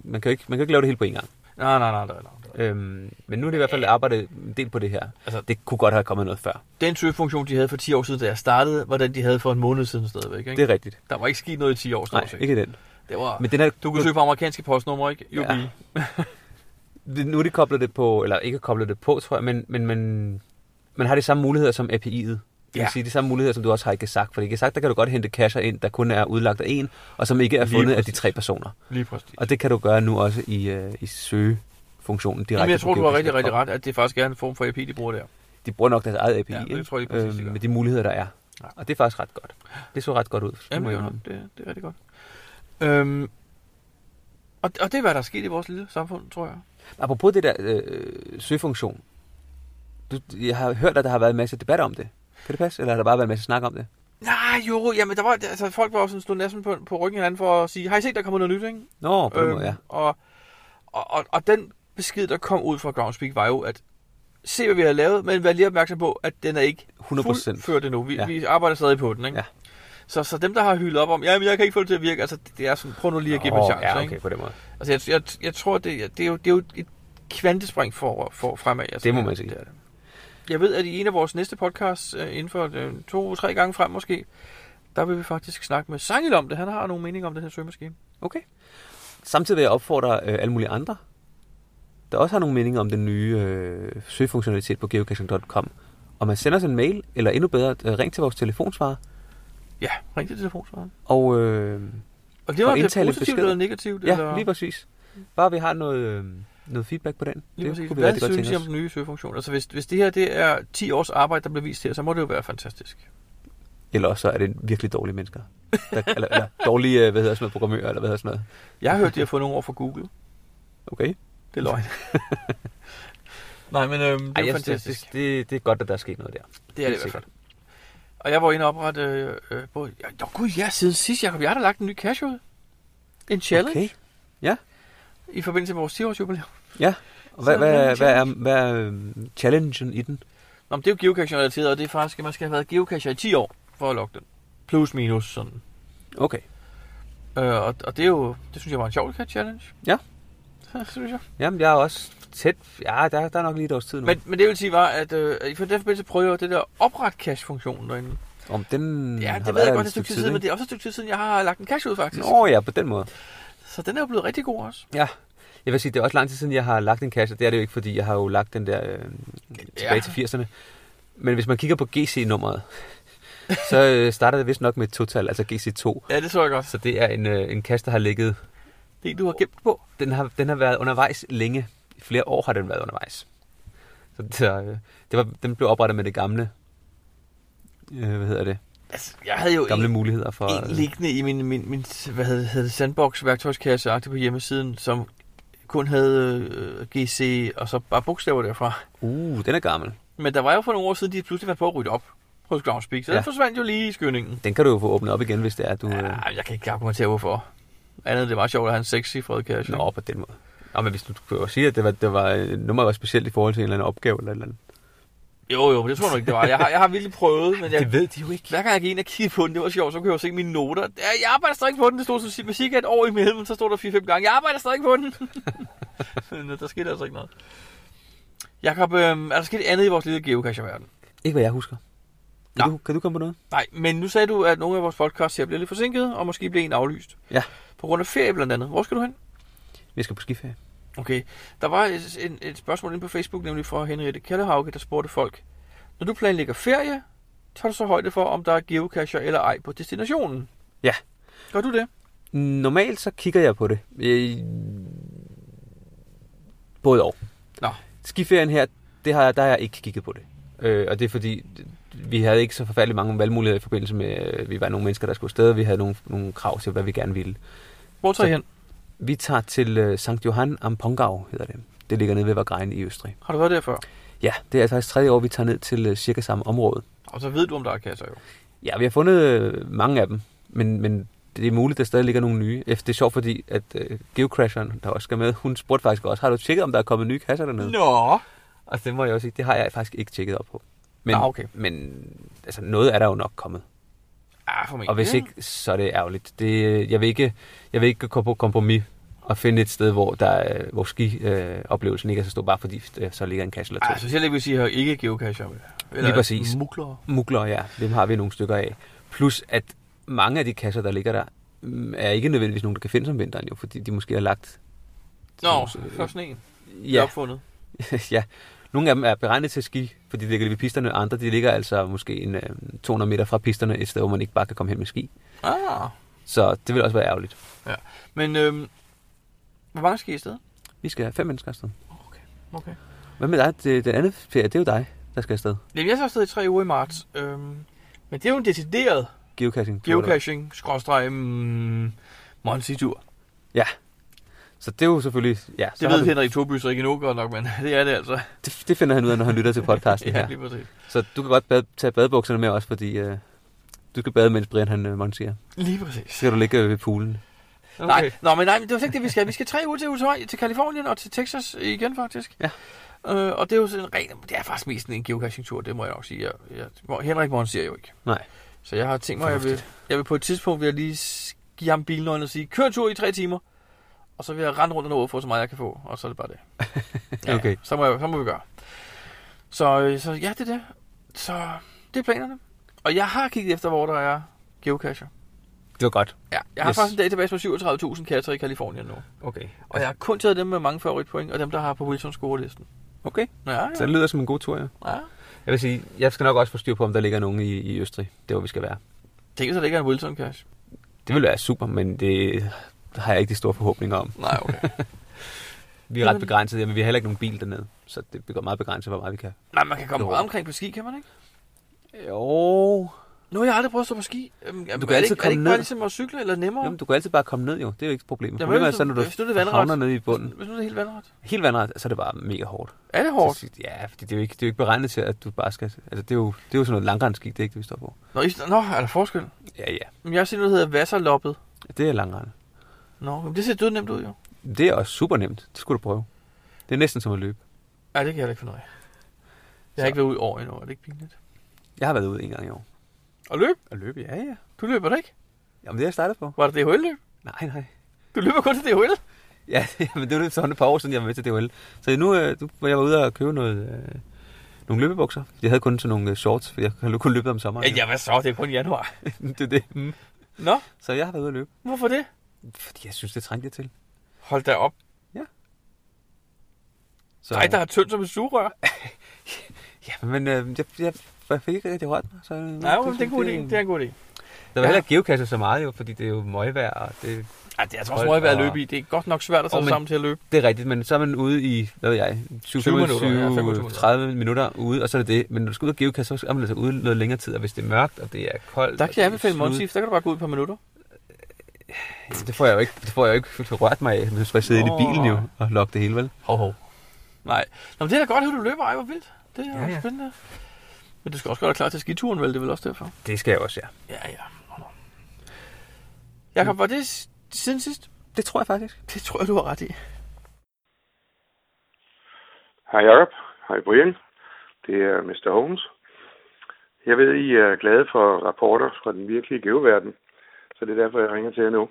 [SPEAKER 2] Man kan jo ikke, man kan jo ikke lave det hele på én gang.
[SPEAKER 1] nej, nej, nej, nej, nej.
[SPEAKER 2] Øhm, men nu er det i hvert fald arbejdet en del på det her. Altså, det kunne godt have kommet noget før.
[SPEAKER 1] Den søgefunktion, de havde for 10 år siden, da jeg startede, var den, de havde for en måned siden stadigvæk. Ikke?
[SPEAKER 2] Det er rigtigt.
[SPEAKER 1] Der var ikke sket noget i 10 år, stort
[SPEAKER 2] Nej,
[SPEAKER 1] set.
[SPEAKER 2] ikke den.
[SPEAKER 1] Det var...
[SPEAKER 2] Men den her,
[SPEAKER 1] Du kunne søge på amerikanske postnummer, ikke? Jo,
[SPEAKER 2] Ja. Det- nu er de koblet det på, eller ikke koblet det på, tror jeg, men, men, men man har de samme muligheder som API'et. Det vil
[SPEAKER 1] Ja.
[SPEAKER 2] sige, de samme muligheder, som du også har i Gesak. For i Gesak, der kan du godt hente kasser ind, der kun er udlagt af en, og som ikke er
[SPEAKER 1] Lige
[SPEAKER 2] fundet af de
[SPEAKER 1] præcis.
[SPEAKER 2] tre personer.
[SPEAKER 1] Lige præcis.
[SPEAKER 2] Og det kan du gøre nu også i, øh, i søgefunktionen direkte.
[SPEAKER 1] Jamen, jeg
[SPEAKER 2] på
[SPEAKER 1] tror, du har rigtig,
[SPEAKER 2] geocaching.com.
[SPEAKER 1] rigtig ret, at det faktisk er en form for API, de bruger der.
[SPEAKER 2] De bruger nok deres eget API,
[SPEAKER 1] Ja, det
[SPEAKER 2] ikke? Øhm,
[SPEAKER 1] tror jeg lige præcis, de gør.
[SPEAKER 2] med de muligheder, der er.
[SPEAKER 1] Ja.
[SPEAKER 2] Og det er faktisk ret godt. Det så ret godt ud. det
[SPEAKER 1] Jamen,
[SPEAKER 2] må jeg
[SPEAKER 1] det,
[SPEAKER 2] indrømme.
[SPEAKER 1] det, det er rigtig godt. Øhm, og, og det er, hvad der er sket i vores lille samfund, tror jeg.
[SPEAKER 2] Apropos det der øh, søgefunktion. Du, jeg har hørt, at der har været en masse debat om det. Kan det passe? Eller har der bare været en masse snak om det?
[SPEAKER 1] Nej, jo, jamen der var, altså folk var jo sådan stod næsten på, på ryggen af hinanden for at sige, har I set, der kommer noget nyt, ikke?
[SPEAKER 2] Nå, på øhm, den måde, ja.
[SPEAKER 1] og, og, og, og den besked, der kom ud fra Groundspeak, var jo, at se, hvad vi har lavet, men vær lige opmærksom på, at den er ikke
[SPEAKER 2] 100%.
[SPEAKER 1] fuldført endnu. Vi, ja.
[SPEAKER 2] Ja.
[SPEAKER 1] vi arbejder stadig på den, ikke?
[SPEAKER 2] Ja.
[SPEAKER 1] Så, så dem, der har hyldet op om, jamen jeg kan ikke få det til at virke, altså det er sådan, prøv nu lige at give dem en
[SPEAKER 2] Åh,
[SPEAKER 1] chance,
[SPEAKER 2] ja,
[SPEAKER 1] ikke?
[SPEAKER 2] okay, på den måde.
[SPEAKER 1] Altså, jeg, jeg, jeg tror, det, det, er jo, det er jo et kvantespring for, for fremad. Altså,
[SPEAKER 2] Det må man sige.
[SPEAKER 1] er det. Jeg ved, at i en af vores næste podcasts, øh, inden for øh, to-tre gange frem måske, der vil vi faktisk snakke med Sangel om det. Han har nogle meninger om den her søgemaskine.
[SPEAKER 2] Okay. Samtidig vil jeg opfordre øh, alle mulige andre, der også har nogle meninger om den nye øh, søgefunktionalitet på geocaching.com, og man sender os en mail, eller endnu bedre, øh, ring til vores telefonsvarer,
[SPEAKER 1] Ja, ring til telefonsvaren.
[SPEAKER 2] og øh,
[SPEAKER 1] Og det var
[SPEAKER 2] Og
[SPEAKER 1] det
[SPEAKER 2] indtale
[SPEAKER 1] positivt
[SPEAKER 2] beskeder.
[SPEAKER 1] eller negativt? eller?
[SPEAKER 2] ja, lige præcis. Bare vi har noget, øh, noget feedback på den.
[SPEAKER 1] Lige
[SPEAKER 2] det
[SPEAKER 1] præcis.
[SPEAKER 2] kunne vi
[SPEAKER 1] Hvad
[SPEAKER 2] rigtig godt
[SPEAKER 1] synes I
[SPEAKER 2] tænke
[SPEAKER 1] om
[SPEAKER 2] os.
[SPEAKER 1] den nye søgefunktion? Altså, hvis, hvis det her det er 10 års arbejde, der bliver vist her, så må det jo være fantastisk.
[SPEAKER 2] Eller også så er det virkelig dårlige mennesker. Der, eller, eller dårlige, øh, hvad hedder sådan noget, programmører, eller hvad hedder sådan noget.
[SPEAKER 1] Jeg har hørt, de har fået nogle ord fra Google.
[SPEAKER 2] Okay.
[SPEAKER 1] Det er løgn. Nej, men øhm, det er
[SPEAKER 2] Ej,
[SPEAKER 1] jo
[SPEAKER 2] jeg, synes,
[SPEAKER 1] fantastisk.
[SPEAKER 2] det, det, det er godt, at der er sket noget der.
[SPEAKER 1] Det er det i
[SPEAKER 2] Helt
[SPEAKER 1] hvert fald. Og jeg var inde og oprette... Øh, øh, både, ja, jo, gud, ja, siden sidst, Jacob, jeg har da lagt en ny cash ud. En challenge
[SPEAKER 2] Okay.
[SPEAKER 1] okay. i forbindelse med vores 10 års jubilæum.
[SPEAKER 2] Ja. Og hvad,
[SPEAKER 1] Så er det en
[SPEAKER 2] hvad, hvad, er, hvad er øh, challengen i den?
[SPEAKER 1] Nå, men det er jo geocaching-relateret, og det er faktisk, at man skal have været geocacher i 10 år for at logge den. Plus minus sådan.
[SPEAKER 2] Okay.
[SPEAKER 1] Øh, og, og, det er jo, det synes jeg var en sjov challenge.
[SPEAKER 2] Ja.
[SPEAKER 1] Så, synes jeg.
[SPEAKER 2] Jamen, jeg er også tæt. Ja, der, der er nok lige et års tid nu.
[SPEAKER 1] Men, men det vil sige var, at øh, i for den forbindelse prøvede jeg jo det der opret cache-funktion derinde.
[SPEAKER 2] Om den
[SPEAKER 1] Ja,
[SPEAKER 2] Mm, har
[SPEAKER 1] det
[SPEAKER 2] været
[SPEAKER 1] ved jeg
[SPEAKER 2] der
[SPEAKER 1] godt, det er
[SPEAKER 2] et
[SPEAKER 1] et stykke tid
[SPEAKER 2] stykke
[SPEAKER 1] siden, men
[SPEAKER 2] ikke?
[SPEAKER 1] det er også et stykke tid siden, jeg har lagt en cache ud faktisk.
[SPEAKER 2] Nå ja, på den måde.
[SPEAKER 1] Så den er jo blevet rigtig god også.
[SPEAKER 2] Ja. Jeg vil sige, det er også lang tid siden, jeg har lagt en kasse. Det er det jo ikke, fordi jeg har jo lagt den der øh, tilbage
[SPEAKER 1] Ja.
[SPEAKER 2] ja. til 80'erne. Men hvis man kigger på GC-nummeret, så øh, starter det vist nok med et total, altså GC2.
[SPEAKER 1] Ja, det så jeg godt.
[SPEAKER 2] Så det er en, øh, en kasse, der har ligget...
[SPEAKER 1] Det er en, du har gemt på.
[SPEAKER 2] Den har, den har været undervejs længe. I flere år har den været undervejs. Så, så øh, det var, den blev oprettet med det gamle... Øh, hvad hedder det?
[SPEAKER 1] Altså, jeg havde jo
[SPEAKER 2] Gamle
[SPEAKER 1] en,
[SPEAKER 2] muligheder for... øh,
[SPEAKER 1] en liggende i min, min, min hvad hedder, hedder det, sandbox værktøjskasse agtig på hjemmesiden, som kun havde øh, GC og så bare bogstaver derfra.
[SPEAKER 2] Uh, den er gammel.
[SPEAKER 1] Men der var jo for nogle år siden, de pludselig fandt på at rydde op hos Groundspeak, så ja.
[SPEAKER 2] Ja.
[SPEAKER 1] den forsvandt jo lige i skyndingen.
[SPEAKER 2] Den kan du jo få åbnet op igen, hvis det er, du... øh, Ja.
[SPEAKER 1] Ja, jeg kan ikke argumentere hvorfor. Andet end det var sjovt at have en sexcifret cache.
[SPEAKER 2] Nå, på den måde. Nå, men hvis du kunne jo sige, at det var, det var, øh, nummeret var specielt i forhold til en eller anden opgave eller et eller andet.
[SPEAKER 1] Jo, jo, men det tror jeg nu ikke, det var. Jeg har, jeg har virkelig prøvet, men jeg,
[SPEAKER 2] ved de jo ikke.
[SPEAKER 1] hver gang jeg gik ind og kiggede på den, det var sjovt, så kunne jeg jo se mine noter. Ja, Jeg arbejder stadig på den, det stod som cirka et år imellem, så stod der 4-5 gange, jeg arbejder stadig på den. men øh, der skete altså ikke noget. Jakob, øh, er der sket andet i vores lille geocache-verden?
[SPEAKER 2] Ikke hvad jeg husker. Kan,
[SPEAKER 1] Nå.
[SPEAKER 2] du, kan du komme på noget?
[SPEAKER 1] Nej, men nu sagde du, at nogle af vores podcasts her blev lidt forsinket, og måske blev en aflyst.
[SPEAKER 2] Ja.
[SPEAKER 1] På grund af ferie blandt andet. Hvor skal du hen?
[SPEAKER 2] Vi skal på skiferie.
[SPEAKER 1] Okay. Der var et, en, et spørgsmål inde på Facebook, nemlig fra Henriette Kallehauke, der spurgte folk, når du planlægger ferie, tager du så højde for, om der er geocacher eller ej på destinationen?
[SPEAKER 2] Ja.
[SPEAKER 1] Gør du det?
[SPEAKER 2] Normalt så kigger jeg på det. Øh, Både og.
[SPEAKER 1] Nå.
[SPEAKER 2] Skiferien her, det har jeg, der har jeg ikke kigget på det. Øh, og det er fordi, vi havde ikke så forfærdeligt mange valgmuligheder i forbindelse med, øh, vi var nogle mennesker, der skulle afsted, og vi havde nogle, nogle krav til, hvad vi gerne ville.
[SPEAKER 1] Hvor tager I
[SPEAKER 2] Så-
[SPEAKER 1] hen?
[SPEAKER 2] Vi tager til øh, Sankt Johann am Pongau, hedder det. Det ligger nede ved Vagrein i Østrig.
[SPEAKER 1] Har du været der før?
[SPEAKER 2] Ja, det er faktisk tredje år, vi tager ned til øh, cirka samme område.
[SPEAKER 1] Og så ved du, om der er kasser jo.
[SPEAKER 2] Ja, vi har fundet øh, mange af dem, men, men det er muligt, der stadig ligger nogle nye. Eh, Det er sjovt, fordi at øh, Geocrasheren, der også skal med, hun spurgte faktisk også, har du tjekket, om der er kommet nye kasser dernede?
[SPEAKER 1] Nå.
[SPEAKER 2] Og det må jeg også sige, det har jeg faktisk ikke tjekket op på. Men,
[SPEAKER 1] Nå, Ah, okay.
[SPEAKER 2] men altså, noget er der jo nok kommet.
[SPEAKER 1] Ah, formentlig.
[SPEAKER 2] Og hvis ikke, så er det ærgerligt. Det, øh, jeg, vil ikke, jeg vil ikke gå på kompromis at finde et sted, hvor, der, øh, hvor ski-oplevelsen ikke er så stor, bare fordi øh, så ligger en cache eller to.
[SPEAKER 1] Ej, så selv ikke vil sige, at ikke geocacher.
[SPEAKER 2] Lige præcis.
[SPEAKER 1] Mugler.
[SPEAKER 2] Mugler, ja. Dem har vi nogle stykker af. Plus, at mange af de kasser, der ligger der, mm, er ikke nødvendigvis nogen, der kan findes om vinteren, jo, fordi de måske har lagt...
[SPEAKER 1] Nå, først sådan en. Ja.
[SPEAKER 2] Ja,
[SPEAKER 1] Opfundet.
[SPEAKER 2] ja. Nogle af dem er beregnet til ski, fordi de ligger lige ved pisterne, og andre de ligger altså måske en, øh, 200 meter fra pisterne, et sted, hvor man ikke bare kan komme hen med ski.
[SPEAKER 1] Ah.
[SPEAKER 2] Så det vil også være ærgerligt.
[SPEAKER 1] Ja. Men øhm, hvor mange skal I afsted?
[SPEAKER 2] Vi skal have fem mennesker afsted.
[SPEAKER 1] Okay. okay.
[SPEAKER 2] Hvad med dig? Det, den anden ferie, det er jo dig, der skal afsted.
[SPEAKER 1] Jamen, jeg er så afsted i tre uger i marts. Øhm, men det er jo en decideret
[SPEAKER 2] Geocaching. tror jeg, det var.
[SPEAKER 1] geocaching, skråstreg, mm, Monsi-tur.
[SPEAKER 2] Ja. Så det er jo selvfølgelig... Ja, så
[SPEAKER 1] Det ved
[SPEAKER 2] har du,
[SPEAKER 1] Henrik Toby så ikke endnu godt nok, men det er det altså.
[SPEAKER 2] det, det finder han ud af, når han lytter til podcasten
[SPEAKER 1] Ja,
[SPEAKER 2] her.
[SPEAKER 1] lige præcis.
[SPEAKER 2] Så du kan godt bade, tage badebukserne med også, fordi øh, du skal bade, mens Brian han øh, monterer.
[SPEAKER 1] Lige
[SPEAKER 2] Så
[SPEAKER 1] præcis.
[SPEAKER 2] skal du ligge øh, ved poolen.
[SPEAKER 1] Okay. Nej, nå, men nej, men det var slet ikke det, vi skal. Vi skal tre uger til USA, til Kalifornien og til Texas igen, faktisk.
[SPEAKER 2] Ja.
[SPEAKER 1] Øh, og det er jo sådan en ren, det er faktisk mest en geocaching-tur, det må jeg nok sige. Jeg, jeg, hvor- Henrik Mons siger jo ikke.
[SPEAKER 2] Nej.
[SPEAKER 1] Så jeg har tænkt mig, at jeg vil, jeg vil på et tidspunkt vil jeg lige s- give ham bilnøglen og sige, kør en tur i tre timer. Og så vil jeg rende rundt og nå at få så meget, jeg kan få. Og så er det bare det.
[SPEAKER 2] Okay.
[SPEAKER 1] Så må, jeg, så må vi gøre. Så, øh, så ja, det er det. Så det er planerne. Og jeg har kigget efter, hvor der er geocacher.
[SPEAKER 2] Det var godt.
[SPEAKER 1] Ja, jeg har yes.
[SPEAKER 2] Yes.
[SPEAKER 1] faktisk en database med 37.000 katter i Kalifornien nu.
[SPEAKER 2] Okay.
[SPEAKER 1] Og jeg har kun taget dem med mange favoritpoint, og dem, der har på Wilsons scorelisten.
[SPEAKER 2] Okay.
[SPEAKER 1] Ja,
[SPEAKER 2] Så det
[SPEAKER 1] ja.
[SPEAKER 2] lyder som en god tur, ja.
[SPEAKER 1] ja.
[SPEAKER 2] Jeg vil sige, jeg skal nok også få styr på, om der ligger nogen i, i Østrig. Det er, hvor vi skal være.
[SPEAKER 1] Tænk, så det ikke er en Wilson cash.
[SPEAKER 2] Det vil være super, men det har jeg ikke de store forhåbninger om.
[SPEAKER 1] Nej, okay.
[SPEAKER 2] Vi er ret begrænsede, men vi har heller ikke nogen bil dernede. Så det bliver meget begrænset, hvor meget vi kan.
[SPEAKER 1] Nej, man kan komme
[SPEAKER 2] Jo.
[SPEAKER 1] meget omkring på ski, kan man ikke?
[SPEAKER 2] Jo.
[SPEAKER 1] Nu har jeg aldrig prøvet at stå på ski. Øhm, jamen,
[SPEAKER 2] kan
[SPEAKER 1] er det
[SPEAKER 2] altid
[SPEAKER 1] ikke, er det
[SPEAKER 2] komme
[SPEAKER 1] ikke bare
[SPEAKER 2] ned.
[SPEAKER 1] ligesom at cykle eller nemmere?
[SPEAKER 2] Jamen, du kan altid bare komme ned, jo. Det er jo ikke et problem.
[SPEAKER 1] Jamen,
[SPEAKER 2] Problemet er
[SPEAKER 1] hvis du-
[SPEAKER 2] så, når du
[SPEAKER 1] hvis nu er det vandret.
[SPEAKER 2] havner nede i bunden.
[SPEAKER 1] Hvis nu er det helt vandret.
[SPEAKER 2] Helt vandret, så er det bare mega hårdt.
[SPEAKER 1] Er det hårdt?
[SPEAKER 2] Så- Ja, fordi det er, jo ikke, det er jo ikke beregnet til, at du bare skal... Altså, det er jo, det er jo sådan noget langrensgik, det er ikke det, vi står på.
[SPEAKER 1] Nå, I, nå, er der forskel?
[SPEAKER 2] Ja, ja.
[SPEAKER 1] Men jeg har set noget, der hedder Vasserloppet.
[SPEAKER 2] Det er langrende.
[SPEAKER 1] Nå, men det ser død nemt ud, jo.
[SPEAKER 2] Det er også super nemt. Det skulle du prøve. Det er næsten som at løbe.
[SPEAKER 1] Ja, det kan jeg heller ikke finde ud af. Jeg har
[SPEAKER 2] Så.
[SPEAKER 1] ikke været ud over endnu, er det ikke pinligt?
[SPEAKER 2] Jeg har været ude en gang i år.
[SPEAKER 1] Og løb?
[SPEAKER 2] At løbe? Ja, ja.
[SPEAKER 1] Du løber da ikke?
[SPEAKER 2] Jamen, det har jeg startet på.
[SPEAKER 1] Var det DHL-løb?
[SPEAKER 2] Nej, nej.
[SPEAKER 1] Du løber kun til DHL?
[SPEAKER 2] Ja, men det var sådan et par år siden, jeg var med til DHL. Så nu, øh, nu var jeg ude og købe noget, øh, nogle løbebukser. Jeg havde kun sådan nogle øh, shorts, for jeg kan kun løbe om sommeren.
[SPEAKER 1] Ja, hvad så? Det er kun januar.
[SPEAKER 2] det er det. Mm.
[SPEAKER 1] Nå,
[SPEAKER 2] Så jeg har været ude at løbe,
[SPEAKER 1] hvorfor det?
[SPEAKER 2] fordi jeg synes, det trængte jeg til.
[SPEAKER 1] Hold da op.
[SPEAKER 2] Så,
[SPEAKER 1] Nej, der er tyndt som et sugerør.
[SPEAKER 2] Ja, men øh, jeg, jeg, jeg fik ikke rigtig rørt mig. Så, øh,
[SPEAKER 1] Nej, det, det, er en god idé. Det er en god idé.
[SPEAKER 2] Der var heller ikke geocache så meget jo, fordi det er jo møgvejr, og det,
[SPEAKER 1] Ej, det er altså
[SPEAKER 2] Hold
[SPEAKER 1] også meget værd at
[SPEAKER 2] da op.
[SPEAKER 1] løbe i. Det er godt nok svært at tage
[SPEAKER 2] Åh,
[SPEAKER 1] sig
[SPEAKER 2] men-
[SPEAKER 1] sammen til at løbe.
[SPEAKER 2] det er rigtigt, men så er man ude i, hvad ved jeg, 20,
[SPEAKER 1] 20
[SPEAKER 2] 20
[SPEAKER 1] minutter, ja, 25
[SPEAKER 2] minutter,
[SPEAKER 1] minutter.
[SPEAKER 2] 30 minutter ude, og så er det det. Men når du skal ud og geocache, så er man altså ude noget længere tid, og hvis det er mørkt, og det er koldt...
[SPEAKER 1] Der
[SPEAKER 2] og
[SPEAKER 1] kan
[SPEAKER 2] det
[SPEAKER 1] jeg
[SPEAKER 2] er
[SPEAKER 1] anbefale
[SPEAKER 2] slud-
[SPEAKER 1] Monsif. Der kan du bare gå ud et par minutter.
[SPEAKER 2] Det får jeg jo ikke, det får jeg jo ikke rørt mig af, hvis jeg sidder inde i
[SPEAKER 1] Nå,
[SPEAKER 2] bilen jo, og lokke det hele, vel?
[SPEAKER 1] Hov, hov. Nej. Nå, men det er da godt, at du løber. Ej, hvor vildt. Det er
[SPEAKER 2] Ja,
[SPEAKER 1] ja, ja.
[SPEAKER 2] ja.
[SPEAKER 1] spændende. Men du skal også gøre dig klar til skituren, vel? Det er vel også derfor.
[SPEAKER 2] Det skal jeg også, ja.
[SPEAKER 1] Ja, ja. Jakob, var det s- siden sidst?
[SPEAKER 2] Det tror jeg faktisk.
[SPEAKER 1] Det tror jeg, du har ret i.
[SPEAKER 4] Hej Jacob. Hej Brian. Det er Mr. Holmes. Jeg ved, I er glade for rapporter fra den virkelige geoverden, så det er derfor, jeg ringer til jer nu.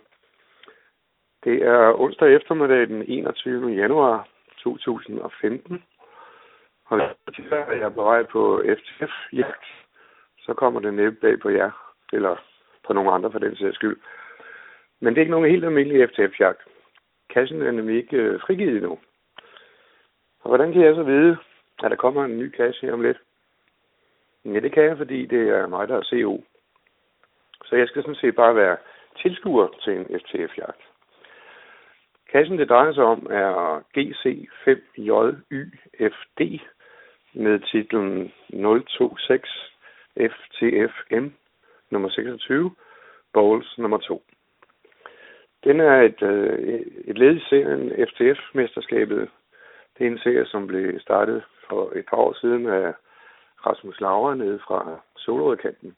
[SPEAKER 4] Det er onsdag eftermiddag den 21. januar 2015, og det er, at jeg er på vej på FTF-jagt. Så kommer det næppe bag på jer, eller på nogle andre for den sags skyld. Men det er ikke nogen helt almindelig FTF-jagt. Kassen er nemlig ikke øh, frigivet endnu. Og hvordan kan jeg så vide, at der kommer en ny kasse her om lidt? Ja, det kan jeg, fordi det er mig, der er CO. Så jeg skal sådan set bare være tilskuer til en FTF-jagt. Kassen, det drejer sig om, er GC5JYFD med titlen 026 FTFM nummer 26, Bowls nummer 2. Den er et, øh, et led i serien FTF-mesterskabet det er en serie, som blev startet for et par år siden af Rasmus Laura nede fra Solrødkanten.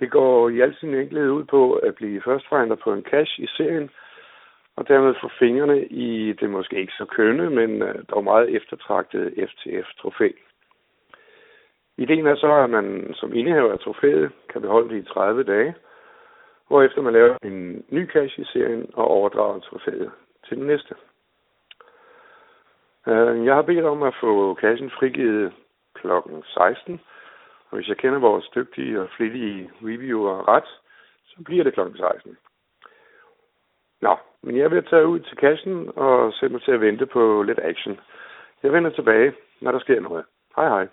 [SPEAKER 4] Det går i al sin enkelhed ud på at blive førstfinder på en cash i serien, og dermed få fingrene i det måske ikke så kønne, men øh, dog meget eftertragtede FTF-trofæ. Ideen er så, at man som indehaver af trofæet kan beholde det i 30 dage, hvorefter man laver en ny cash i serien og overdrager trofæet til den næste. Øh, Jeg har bedt om at få kassen frigivet kl. 16, og hvis jeg kender vores dygtige og flittige reviewer ret, så bliver det kl. 16. Nå, men jeg vil tage ud til kassen og sætte mig til at vente på lidt action. Jeg vender tilbage, når der sker noget. Hej hej.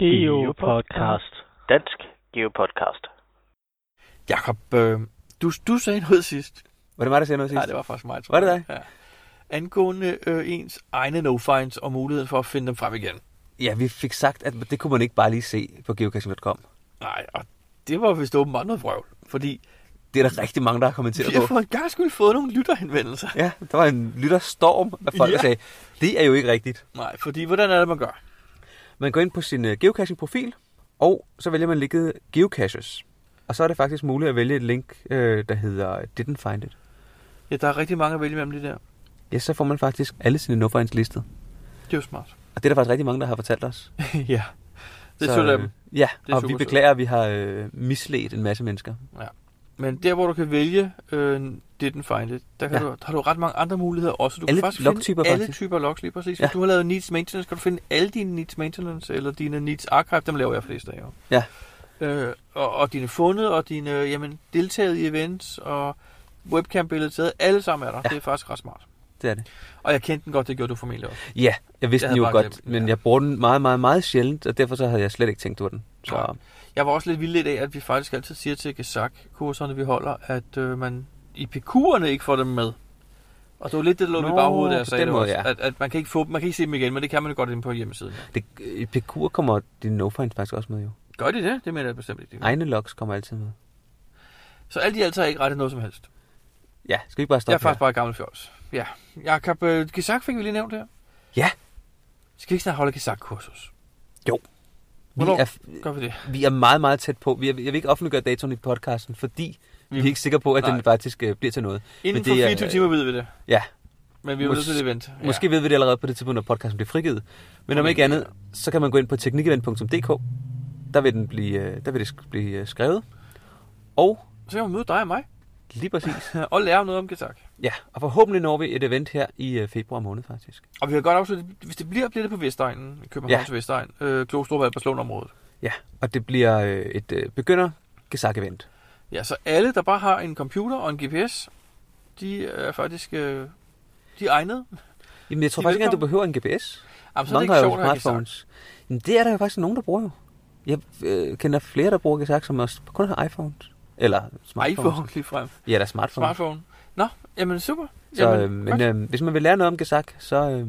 [SPEAKER 3] Geo Podcast. Dansk Geo Podcast.
[SPEAKER 1] Jakob, øh, du, du sagde noget sidst.
[SPEAKER 2] Var det mig, der sagde noget sidst?
[SPEAKER 1] Nej, det var faktisk mig, tror
[SPEAKER 2] Var det
[SPEAKER 1] jeg. Ja. Angående øh, ens egne no-finds og muligheden for at finde dem frem igen.
[SPEAKER 2] Ja, vi fik sagt, at det kunne man ikke bare lige se på geocaching.com.
[SPEAKER 1] Nej, og det var vist åbenbart noget vrøvl, fordi
[SPEAKER 2] Det er der rigtig mange, der har kommenteret
[SPEAKER 1] vi har
[SPEAKER 2] på.
[SPEAKER 1] for en gang skulle fået nogle lytterhenvendelser.
[SPEAKER 2] Ja, der var en lytterstorm af folk,
[SPEAKER 1] Ja.
[SPEAKER 2] der sagde, det er jo ikke rigtigt.
[SPEAKER 1] Nej, fordi hvordan er det, man gør?
[SPEAKER 2] Man går ind på sin øh, geocaching-profil, og så vælger man ligget geocaches. Og så er det faktisk muligt at vælge et link, øh, der hedder Didn't Find It.
[SPEAKER 1] Ja, der er rigtig mange at vælge mellem de der.
[SPEAKER 2] Ja, så får man faktisk alle sine nufferens listet.
[SPEAKER 1] Det er jo smart.
[SPEAKER 2] Og det er der faktisk rigtig mange, der har fortalt os.
[SPEAKER 1] ja, det er
[SPEAKER 2] Så,
[SPEAKER 1] sødt af
[SPEAKER 2] øh,
[SPEAKER 1] dem.
[SPEAKER 2] Ja,
[SPEAKER 1] Det er
[SPEAKER 2] og
[SPEAKER 1] super
[SPEAKER 2] vi
[SPEAKER 1] sødt.
[SPEAKER 2] beklager, at vi har øh, misledt en masse mennesker.
[SPEAKER 1] Men der, hvor du kan vælge øh, det, den find it, der, kan
[SPEAKER 2] Ja.
[SPEAKER 1] ja. du, der har du ret mange andre muligheder også. Du
[SPEAKER 2] Alle
[SPEAKER 1] kan faktisk
[SPEAKER 2] logtyper,
[SPEAKER 1] finde alle
[SPEAKER 2] faktisk.
[SPEAKER 1] typer logs, lige præcis.
[SPEAKER 2] Ja.
[SPEAKER 1] Hvis du har lavet needs maintenance, kan du finde alle dine needs maintenance, eller dine needs archive, dem laver jeg flest af jo.
[SPEAKER 2] Ja.
[SPEAKER 1] Øh, og, og dine fundet, og dine øh, jamen, deltaget i events, og webcam-billedet, alle sammen er der.
[SPEAKER 2] Ja.
[SPEAKER 1] Ja. Det er faktisk ret smart.
[SPEAKER 2] Det er det.
[SPEAKER 1] Og jeg kendte den godt, det gjorde du formentlig også.
[SPEAKER 2] Ja, jeg vidste
[SPEAKER 1] Jeg
[SPEAKER 2] den jo
[SPEAKER 1] havde bare
[SPEAKER 2] godt,
[SPEAKER 1] glemt den,
[SPEAKER 2] men
[SPEAKER 1] ja.
[SPEAKER 2] jeg bruger den meget, meget, meget sjældent, og derfor så havde jeg slet ikke tænkt over den. Så
[SPEAKER 1] Nej. Jeg var også lidt vild af, at vi faktisk altid siger til Gesak-kurserne, vi holder, at øh, man i PQ'erne ikke får dem med. Og det var lidt det, der lå i mit
[SPEAKER 2] Nå,
[SPEAKER 1] baghoved, da
[SPEAKER 2] på
[SPEAKER 1] jeg sagde
[SPEAKER 2] den
[SPEAKER 1] det
[SPEAKER 2] måde,
[SPEAKER 1] også,
[SPEAKER 2] ja.
[SPEAKER 1] at, at, man kan ikke få dem, man kan ikke se dem igen, men det kan man jo godt inde på hjemmesiden.
[SPEAKER 2] det, i PQ kommer din no find faktisk også med jo.
[SPEAKER 1] Gør de det? Det mener jeg bestemt ikke. de gør.
[SPEAKER 2] Egne logs kommer altid med.
[SPEAKER 1] Så alt i alt har jeg ikke rettet noget som helst.
[SPEAKER 2] Ja, skal vi ikke bare
[SPEAKER 1] Jeg er
[SPEAKER 2] stoppe
[SPEAKER 1] faktisk bare gammel fjols. Ja. Jakob, øh, Gesak fik vi lige nævnt her.
[SPEAKER 2] Ja.
[SPEAKER 1] Skal vi ikke snart holde Gesak-kursus?
[SPEAKER 2] her?
[SPEAKER 1] Hvornår
[SPEAKER 2] Vi er,
[SPEAKER 1] gør vi det?
[SPEAKER 2] vi er meget, meget tæt på. Vi er, jeg vil ikke offentliggøre datoen i podcasten, fordi vi,
[SPEAKER 1] Vi-
[SPEAKER 2] er ikke sikre på, at
[SPEAKER 1] Mhm. Nej.
[SPEAKER 2] den faktisk øh, bliver til noget.
[SPEAKER 1] Inden
[SPEAKER 2] det
[SPEAKER 1] for
[SPEAKER 2] er-
[SPEAKER 1] 24 timer ved vi det.
[SPEAKER 2] Ja.
[SPEAKER 1] Men vi er jo
[SPEAKER 2] Mås-
[SPEAKER 1] nødt til det vente.
[SPEAKER 2] Ja. Måske ved vi det allerede på det tidspunkt, når podcasten bliver frigivet. Men om
[SPEAKER 1] Okay.
[SPEAKER 2] ikke andet, så kan man gå ind på teknikevent.dk. Der vil, den blive, øh, der vil det sk- blive øh, skrevet. Og
[SPEAKER 1] Ja. Så kan man møde dig og mig.
[SPEAKER 2] lige præcis.
[SPEAKER 1] Og lære noget om Gesak.
[SPEAKER 2] Ja, og forhåbentlig når vi et event her i øh, februar måned faktisk.
[SPEAKER 1] Og vi har godt afsluttet, hvis det bliver, bliver det på Vestegnen, Københavns ja. Vestegn, øh, Klostrup og Alberslund-området.
[SPEAKER 2] Ja, og det bliver øh, et øh, begynder gesak event
[SPEAKER 1] Ja, så alle, der bare har en computer og en GPS, de er faktisk øh, de er egnet.
[SPEAKER 2] Jamen, jeg tror
[SPEAKER 1] Sig
[SPEAKER 2] faktisk ikke, at du
[SPEAKER 1] velkommen.
[SPEAKER 2] behøver en GPS.
[SPEAKER 1] Jamen, så er det
[SPEAKER 2] Mange
[SPEAKER 1] ikke
[SPEAKER 2] har jo
[SPEAKER 1] sjovt at have Gesak.
[SPEAKER 2] smartphones. Jamen, det er der jo faktisk nogen, der bruger jo. Jeg øh, kender flere, der bruger gesak, som også kun har iPhones. Eller smartphones.
[SPEAKER 1] iPhone lige frem.
[SPEAKER 2] Ja, der er smartphones.
[SPEAKER 1] Smartphone. Nå, jamen super.
[SPEAKER 2] Så,
[SPEAKER 1] Jamen,
[SPEAKER 2] øh, men
[SPEAKER 1] godt.
[SPEAKER 2] øh, hvis man vil lære noget om gesak, så... Øh,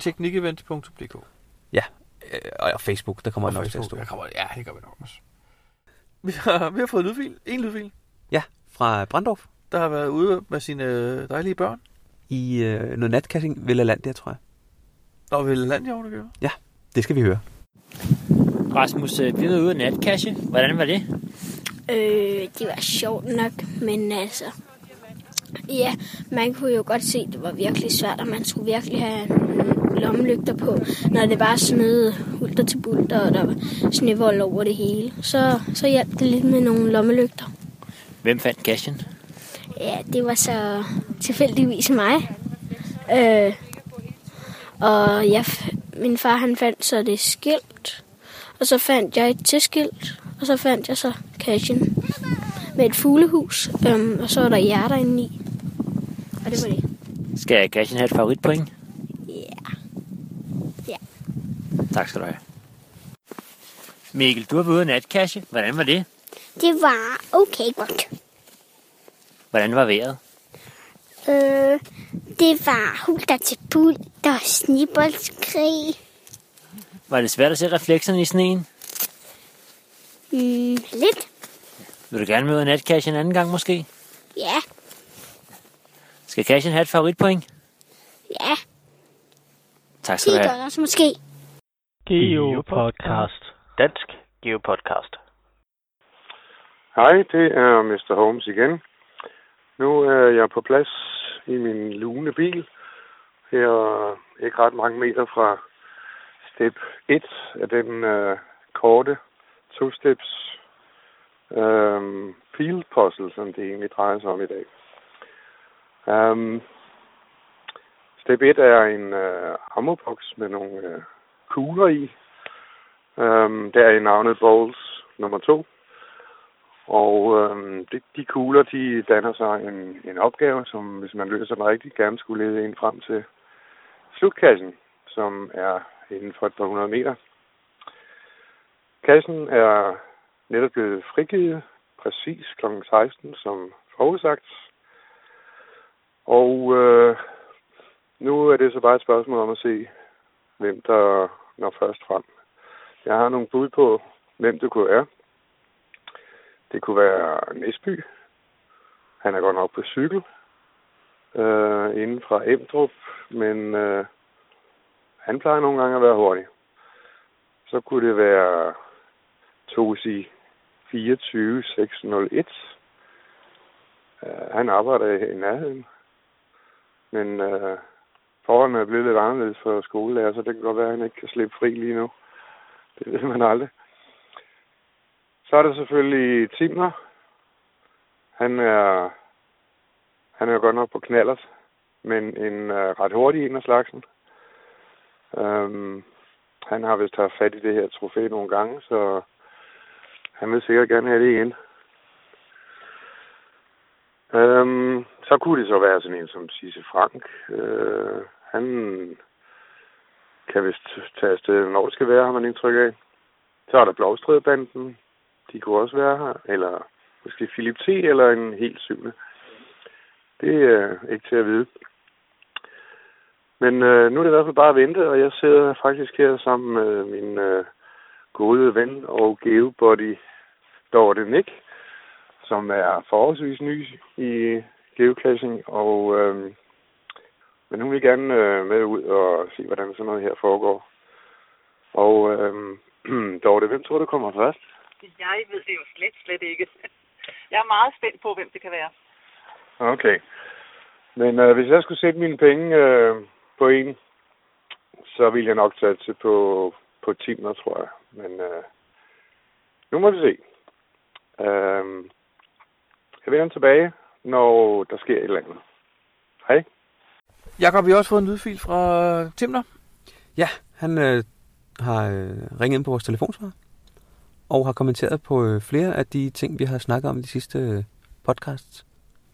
[SPEAKER 1] Teknikevent.dk
[SPEAKER 2] øh, og og Facebook, der kommer
[SPEAKER 1] Og
[SPEAKER 2] den også til at
[SPEAKER 1] Facebook.
[SPEAKER 2] stå.
[SPEAKER 1] Jeg kommer, ja, det gør vi nok også. Vi har, vi har fået en lydfil, en lydfil,
[SPEAKER 2] Ja, fra Brandorf
[SPEAKER 1] der har været ude med sine øh, dejlige børn.
[SPEAKER 2] i øh, noget natkassing ved Land, der tror jeg.
[SPEAKER 1] Og ved land i Aarhus,
[SPEAKER 2] Det skal vi høre.
[SPEAKER 3] Rasmus, øh, vi var ude af natkasse. Hvordan var det?
[SPEAKER 5] Øh, det var sjovt nok, men altså... Ja, man kunne jo godt se, at det var virkelig svært, og man skulle virkelig have mm, lommelygter på, når det bare snede hulter til bulter, og der var snevold over det hele. Så, så hjalp det lidt med nogle lommelygter.
[SPEAKER 3] Hvem fandt kassen?
[SPEAKER 5] Ja, det var så tilfældigvis mig. Øh, og jeg, f- min far han fandt så det skilt, og så fandt jeg et tilskilt, og så fandt jeg så cashen med et fuglehus, øhm, og så var der hjerter inde i. Og det var det.
[SPEAKER 3] Skal kassen have et favoritpoint?
[SPEAKER 5] Ja.
[SPEAKER 3] Tak skal du have. Mikkel, du har været ude af natkasse. Hvordan var det?
[SPEAKER 6] Det var okay godt.
[SPEAKER 3] Hvordan var vejret?
[SPEAKER 6] Øh, det var hulter til pul, der var snibboldskrig.
[SPEAKER 3] Var det svært at se reflekserne i sneen?
[SPEAKER 6] Mm, lidt.
[SPEAKER 3] Vil du gerne møde natkasse en anden gang måske?
[SPEAKER 6] Ja,
[SPEAKER 3] Skal kassen have et favoritpoint?
[SPEAKER 6] ja.
[SPEAKER 3] Tak
[SPEAKER 6] 10
[SPEAKER 3] skal du have.
[SPEAKER 6] dollars måske.
[SPEAKER 3] Geo Podcast. Dansk Geo Podcast.
[SPEAKER 4] Hej, det er Mr. Holmes igen. Nu er jeg på plads i min lune bil. Her er ikke ret mange meter fra step 1 af den øh, korte to-steps øh, pilpuzzle, som det egentlig drejer sig om i dag. Um, Step 1 er en øh, ammoboks med nogle øh, kugler i. Øhm, der er i navnet Bowls nummer 2. Og øhm, de, de kugler, de danner sig en, en opgave, som hvis man løser den rigtigt, gerne skulle lede en frem til slutkassen, som er inden for et par hundrede meter. Kassen er netop blevet frigivet præcis kl. 16, som forudsagt. Og øh, nu er det så bare et spørgsmål om at se, hvem der når først frem. Jeg har nogle bud på, hvem det kunne være. Det kunne være Næsby. Han er godt nok på cykel. Øh, inden fra Emdrup, men øh, han plejer nogle gange at være hurtig. Så kunne det være Tosi 24601. Øh, han arbejder i nærheden. Men øh, forholdene er blevet lidt anderledes for skolelærer, så det kan godt være, at han ikke kan slippe fri lige nu. Det ved man aldrig. Så er der selvfølgelig Timmer. Han er, han er jo godt nok på knallert, men en øh, ret hurtig en af slagsen. Øhm, han har vist haft fat i det her trofæ nogle gange, så han vil sikkert gerne have det igen. Øhm, så kunne det så være sådan en som Sisse Frank. Øh, han kan vist tage afsted, når det skal være, har man indtryk af. Så er der Blåstredbanden. De kunne også være her. Eller måske Philip T. eller en helt syvende. Det er ikke til at vide. Men øh, nu er det i hvert fald bare at vente, og jeg sidder faktisk her sammen med min øh, gode ven og geobody Dorte Nick, som er forholdsvis ny i geocaching, og øh, men hun vil gerne øh, med ud og se, hvordan sådan noget her foregår. Og øh, Dorte, hvem tror du kommer først?
[SPEAKER 7] Jeg ved det jo slet, slet ikke. Jeg er meget spændt på, hvem det kan være.
[SPEAKER 4] Okay. Men øh, hvis jeg skulle sætte mine penge øh, på en, så ville jeg nok satse på, på timer, tror jeg. Men øh, nu må vi se. Øh, jeg vender tilbage, når der sker et eller andet. Hej.
[SPEAKER 1] Jakob, vi har også fået en lydfil fra øh, Timner.
[SPEAKER 2] Ja, han øh, har øh, ringet ind på vores telefonsvar og har kommenteret på øh, flere af de ting, vi har snakket om i de sidste øh, podcasts.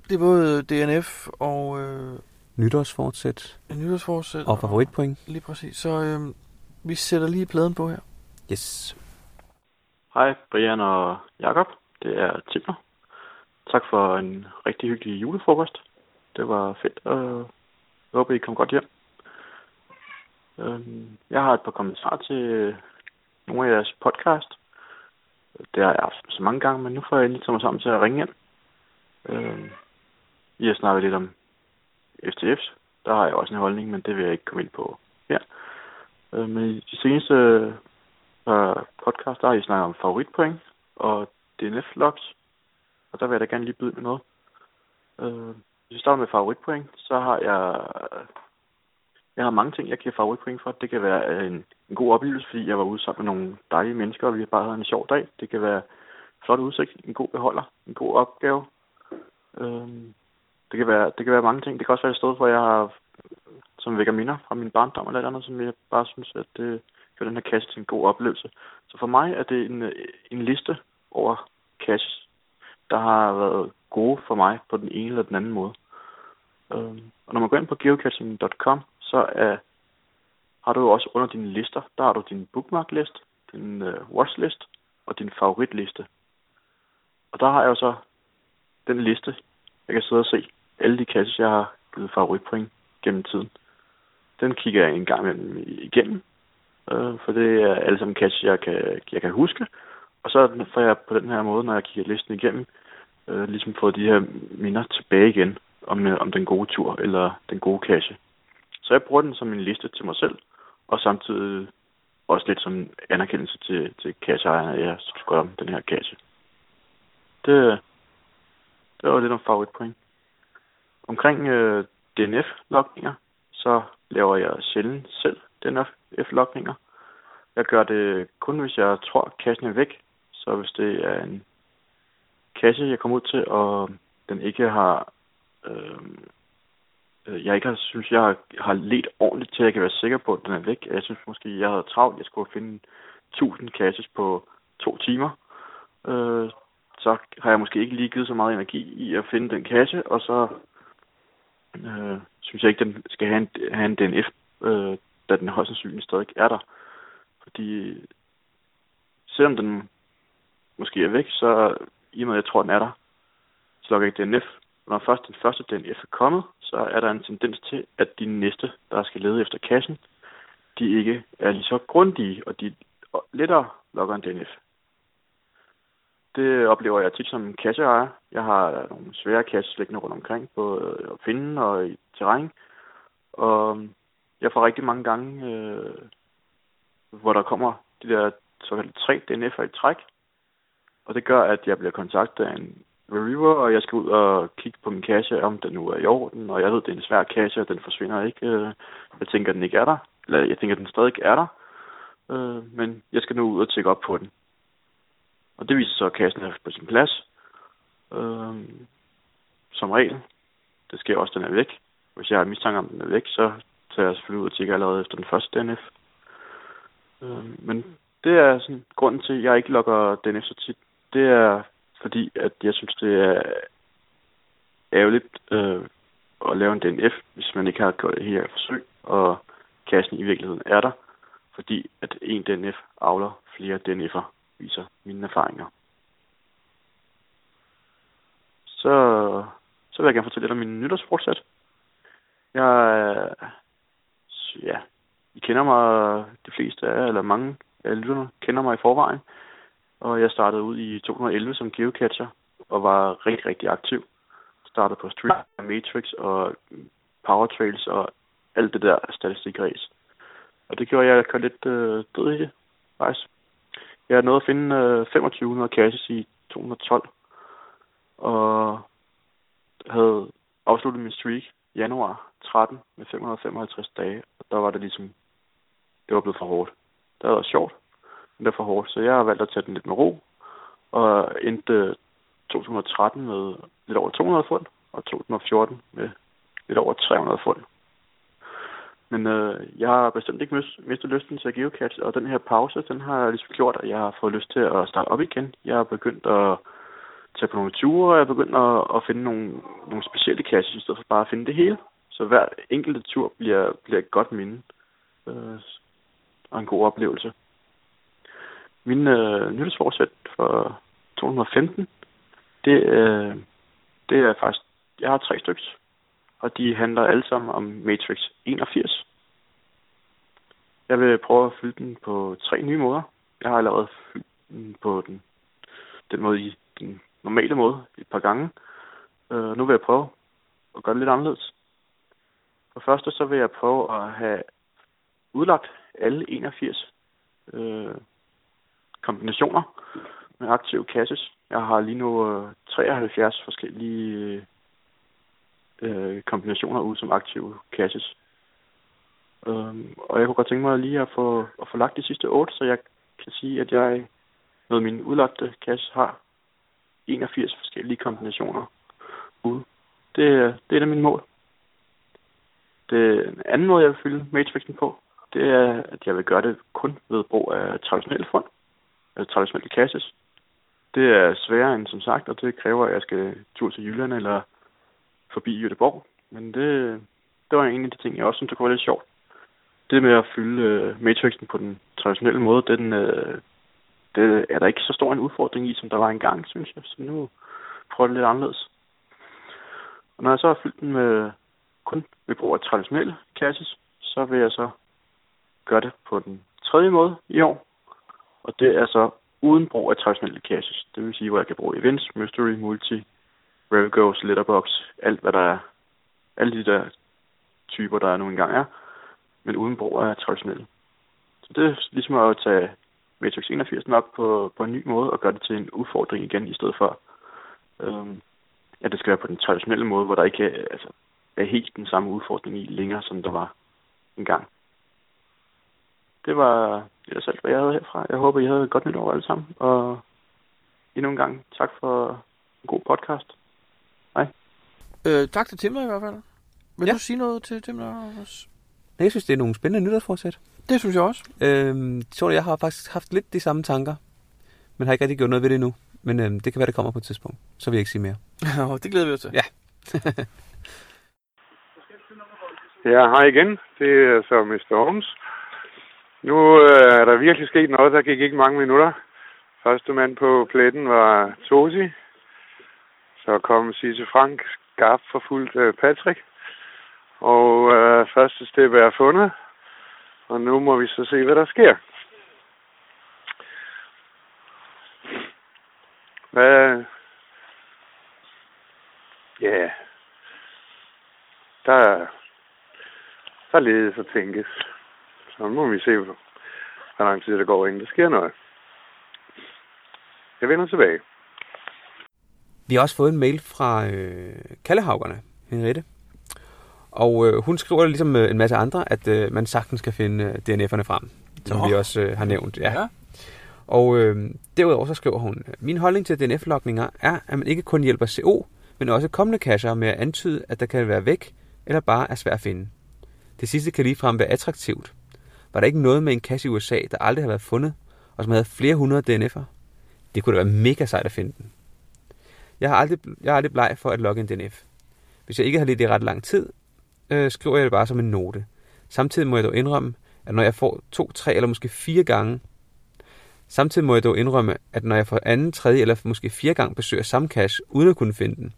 [SPEAKER 1] Det er både DNF og øh,
[SPEAKER 2] Nytårsfortsæt
[SPEAKER 1] en nytårsforsæt.
[SPEAKER 2] og favoritpoint.
[SPEAKER 1] Lige præcis. Så øh, vi sætter lige pladen på her.
[SPEAKER 2] Yes.
[SPEAKER 8] Hej Brian og Jakob. Det er Timmer. Tak for en rigtig hyggelig julefrokost. Det var fedt, og jeg håber, I kom godt hjem. Øhm, Jeg har et par kommentarer til nogle af jeres podcast. Det har jeg haft så mange gange, men nu får jeg endelig taget mig sammen til at ringe ind. Øhm, I har snakket lidt om FTF's. Der har jeg også en holdning, men det vil jeg ikke komme ind på her. Øh, Men i de seneste par øh, podcast, der har I snakket om favoritpoint og DNF-logs. Og der vil jeg da gerne lige byde ind med noget. Øh, hvis vi starter med favoritpoint, så har jeg... Jeg har mange ting, jeg giver favoritpoint for. Det kan være øh, en, en god oplevelse, fordi jeg var ude sammen med nogle dejlige mennesker, og vi har bare havde en sjov dag. Det kan være flot udsigt, en god beholder, en god opgave. Øh, det, kan være, det kan være mange ting. Det kan også være et sted, hvor jeg har som vækker minder fra min barndom eller et eller andet, som jeg bare synes, at det gør den her kasse til en god oplevelse. Så for mig er det en, øh, en liste over caches, der har været gode for mig på den ene eller den anden måde. Øhm, og når man går ind på geocaching.com, så er, har du jo også under dine lister, der har du din bookmark-list, din øh, watchlist og din favoritliste. Og der har jeg jo så den liste, jeg kan sidde og se alle de caches, jeg har givet favoritpoint gennem tiden. Den kigger jeg en gang imellem igennem, øh, for det er alle sammen catch, jeg kan, jeg kan huske. Og så får jeg på den her måde, når jeg kigger listen igennem, øh, ligesom fået de her minder tilbage igen om, øh, om den gode tur eller den gode cache. Så jeg bruger den som en liste til mig selv, og samtidig også lidt som anerkendelse til, til cache-ejerne, at jeg synes godt om den her cache. Det, det var lidt om favoritpoint. Omkring øh, DNF-logninger, så laver jeg sjældent selv DNF-logninger. Jeg gør det kun, hvis jeg tror, kassen er væk. Så hvis det er en kasse, jeg kommer ud til, og den ikke har øh, øh, jeg ikke har, synes, jeg har, har let ordentligt til, at jeg kan være sikker på, at den er væk. Jeg synes måske, jeg havde travlt. Jeg skulle finde 1000 caches på to timer. Øh, så har jeg måske ikke lige givet så meget energi i at finde den cache, og så øh, synes jeg ikke, den skal have en, have en DNF, øh, da den højst sandsynligt stadig er der. Fordi selvom den måske er væk, så i og med, at jeg tror, den er der, så logger jeg ikke DNF. Når først den første DNF er kommet, så er der en tendens til, at de næste, der skal lede efter kassen, de ikke er lige så grundige, og de lettere logger en DNF. Det oplever jeg tit som kasseejer. Jeg har nogle svære kasser liggende rundt omkring, både at finde og i terræn. Og jeg får rigtig mange gange, øh, hvor der kommer de der såkaldte tre DNF'er i træk. Og det gør, at jeg bliver kontaktet af en reviewer, og jeg skal ud og kigge på min kasse, om den nu er i orden. Og jeg ved, det er en svær kasse, og den forsvinder ikke. Øh, Jeg tænker, den ikke er der. Eller jeg tænker, den stadig er der. Øh, Men jeg skal nu ud og tjekke op på den. Og det viser så, at kassen er på sin plads. Øh, som regel. Det sker også, den er væk. Hvis jeg har mistanke om, den er væk, så tager jeg selvfølgelig ud og tjekker allerede efter den første DNF. Øh, men det er sådan, grunden til, at jeg ikke logger DNF så tit. Det er fordi, at jeg synes, det er ærgerligt øh, at lave en DNF, hvis man ikke har gjort et her forsøg, og kassen i virkeligheden er der, fordi at en DNF avler flere DNF'er, viser mine erfaringer. Så, så vil jeg gerne fortælle lidt om min nytårsfortsæt. Jeg er- ja, I kender mig, de fleste af jer, eller mange af lytterne kender mig i forvejen. Og jeg startede ud i 2011 som geocacher og var rigtig, rigtig aktiv. Startede på Street, Matrix og Power Trails og alt det der statistikræs. Og det gjorde jeg, at jeg kørte lidt øh, død i det, faktisk. Jeg nåede at finde øh, 2500 caches i 2012, og havde afsluttet min streak i januar 13 med 555 dage, og der var det ligesom, det var blevet for hårdt. Det havde været sjovt, men det var for hårdt, så jeg har valgt at tage den lidt med ro, og endte øh, 2013 med lidt over 200 fund, og 2014 med lidt over 300 fund. Men øh, jeg har bestemt ikke mis- mistet lysten til at geocache, og den her pause, den har ligesom gjort, at jeg har fået lyst til at starte op igen. Jeg har begyndt at tage på nogle ture, og jeg er begyndt at, at finde nogle, nogle specielle caches, i stedet for bare at finde det hele. Så hver enkelte tur bliver, bliver et godt minde, øh, og en god oplevelse. Min øh, nytårsforsæt for 2015, det, øh, det er faktisk, jeg har tre stykker og de handler alle sammen om Matrix 81. Jeg vil prøve at fylde den på tre nye måder. Jeg har allerede fyldt den på den, den måde i den normale måde et par gange. Øh, nu vil jeg prøve at gøre det lidt anderledes. For det første så vil jeg prøve at have udlagt alle 81 øh, kombinationer med aktive kasses. Jeg har lige nu øh, 73 forskellige øh, øh, kombinationer ud som aktive caches. Øhm, og jeg kunne godt tænke mig lige at få, at få lagt de sidste 8, så jeg kan sige, at jeg med mine udlagte caches har 81 forskellige kombinationer ude. Det, er- det er da min mål. Det en anden måde, jeg vil fylde matrixen på, det er, at jeg vil gøre det kun ved brug af traditionelle fund, altså traditionelle caches. Det er sværere end som sagt, og det kræver, at jeg skal tur til Jylland eller forbi Jødeborg. Men det, det var en af de ting, jeg også syntes, det kunne være lidt sjovt. Det med at fylde øh, matrixen på den traditionelle måde, den, øh, det er der ikke så stor en udfordring i, som der var engang, synes jeg. Så nu prøver jeg det lidt anderledes. Og når jeg så har fyldt den med kun ved brug af traditionelle classes, så vil jeg så gøre det på den tredje måde i år. Og det er så uden brug af traditionelle classes. Det vil sige, hvor jeg kan bruge events, mystery, multi, Revgos, Letterbox, alt hvad der er. Alle de der typer, der nu engang er, men uden brug af traditionelle. Så det er ligesom at tage Matrix 81 op på, på en ny måde og gøre det til en udfordring igen, i stedet for, øhm, at det skal være på den traditionelle måde, hvor der ikke er, altså, er helt den samme udfordring i længere, som der var engang. Det var ellers alt, hvad jeg havde herfra. Jeg håber, I havde et godt nytår alle sammen, og endnu en gang tak for en god podcast.
[SPEAKER 1] Øh, tak til Timmer i hvert fald. Vil
[SPEAKER 2] Ja.
[SPEAKER 1] ja. du sige noget til dem, der også?
[SPEAKER 2] Jeg synes, det er nogle spændende nytårsforsæt.
[SPEAKER 1] Det synes jeg også.
[SPEAKER 2] Øhm, sjovt, at jeg har faktisk haft lidt de samme tanker, men har ikke rigtig gjort noget ved det endnu. Men øhm, det kan være, det kommer på et tidspunkt. Så vil jeg ikke sige mere.
[SPEAKER 1] Nå, det glæder vi os til.
[SPEAKER 2] Ja.
[SPEAKER 4] Ja, hej igen. Det er så Mr. Holmes. Nu øh, er der virkelig sket noget. Der gik ikke mange minutter. Første mand på pletten var Tosi. Så kom Sisse Frank skarp for fuldt øh, Patrick. Og øh, første step er fundet. Og nu må vi så se, hvad der sker. Hvad... Ja... Yeah. Der så ledes og tænkes. Så nu må vi se, hvor lang tid der går, inden der sker noget. Jeg vender tilbage.
[SPEAKER 2] Vi har også fået en mail fra øh, Kallehaugerne, Henriette. Og øh, hun skriver ligesom øh, en masse andre, at øh, man sagtens kan finde øh, DNF'erne frem, som
[SPEAKER 1] Nå.
[SPEAKER 2] vi også øh, har nævnt. Ja.
[SPEAKER 1] Ja.
[SPEAKER 2] Og øh, derudover så skriver hun, min holdning til DNF-lokninger er, at man ikke kun hjælper CO, men også kommende casher med at antyde, at der kan være væk, eller bare er svært at finde. Det sidste kan ligefrem være attraktivt. Var der ikke noget med en cache i USA, der aldrig har været fundet, og som havde flere hundrede DNF'er? Det kunne da være mega sejt at finde den. Jeg har aldrig, jeg er aldrig bleg for at logge en DNF. Hvis jeg ikke har lidt i ret lang tid, øh, skriver jeg det bare som en note. Samtidig må jeg dog indrømme, at når jeg får to, tre eller måske fire gange, Samtidig må jeg dog indrømme, at når jeg for anden, tredje eller måske fjerde gang besøger samme cache, uden at kunne finde den,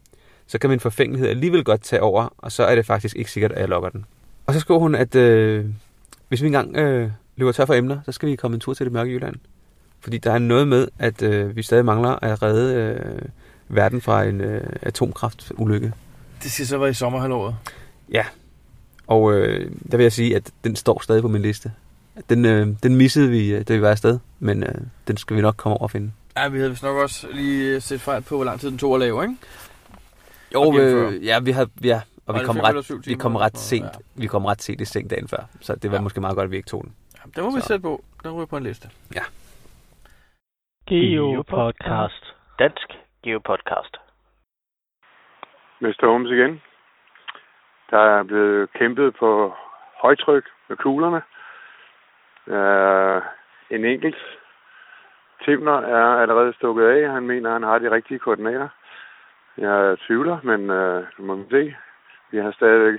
[SPEAKER 2] så kan min forfængelighed alligevel godt tage over, og så er det faktisk ikke sikkert, at jeg logger den. Og så skriver hun, at øh, hvis vi engang øh, løber tør for emner, så skal vi komme en tur til det mørke Jylland. Fordi der er noget med, at øh, vi stadig mangler at redde øh, verden fra en øh, atomkraftulykke.
[SPEAKER 1] Det skal så være i sommerhalvåret.
[SPEAKER 2] Ja. Og øh, der vil jeg sige, at den står stadig på min liste. Den, øh, den missede vi, øh, da vi var afsted, men øh, den skal vi nok komme over og finde.
[SPEAKER 1] Ja, vi havde vist nok også lige øh, set fejl på, hvor lang tid den tog at lave, ikke?
[SPEAKER 2] Jo,
[SPEAKER 1] Og gennemføre.
[SPEAKER 2] øh, ja, vi havde, ja, og
[SPEAKER 1] Var
[SPEAKER 2] vi
[SPEAKER 1] det
[SPEAKER 2] kom,
[SPEAKER 1] fem eller syv
[SPEAKER 2] ret, vi
[SPEAKER 1] timer
[SPEAKER 2] kom
[SPEAKER 1] eller
[SPEAKER 2] ret
[SPEAKER 1] sådan
[SPEAKER 2] sent,
[SPEAKER 1] noget?
[SPEAKER 2] vi kom ret sent i seng dagen før, så det var
[SPEAKER 1] Ja.
[SPEAKER 2] måske meget godt, at vi ikke tog den.
[SPEAKER 1] Jamen, den må vi
[SPEAKER 2] Så.
[SPEAKER 1] sætte på. Den ryger på en liste.
[SPEAKER 3] Geopodcast. Dansk Geopodcast.
[SPEAKER 4] Mr. Holmes igen. Der er blevet kæmpet på højtryk med kuglerne. Øh, en enkelt Timner er allerede stukket af. Han mener, han har de rigtige koordinater. Jeg tvivler, men øh, nu må vi se. Vi har stadigvæk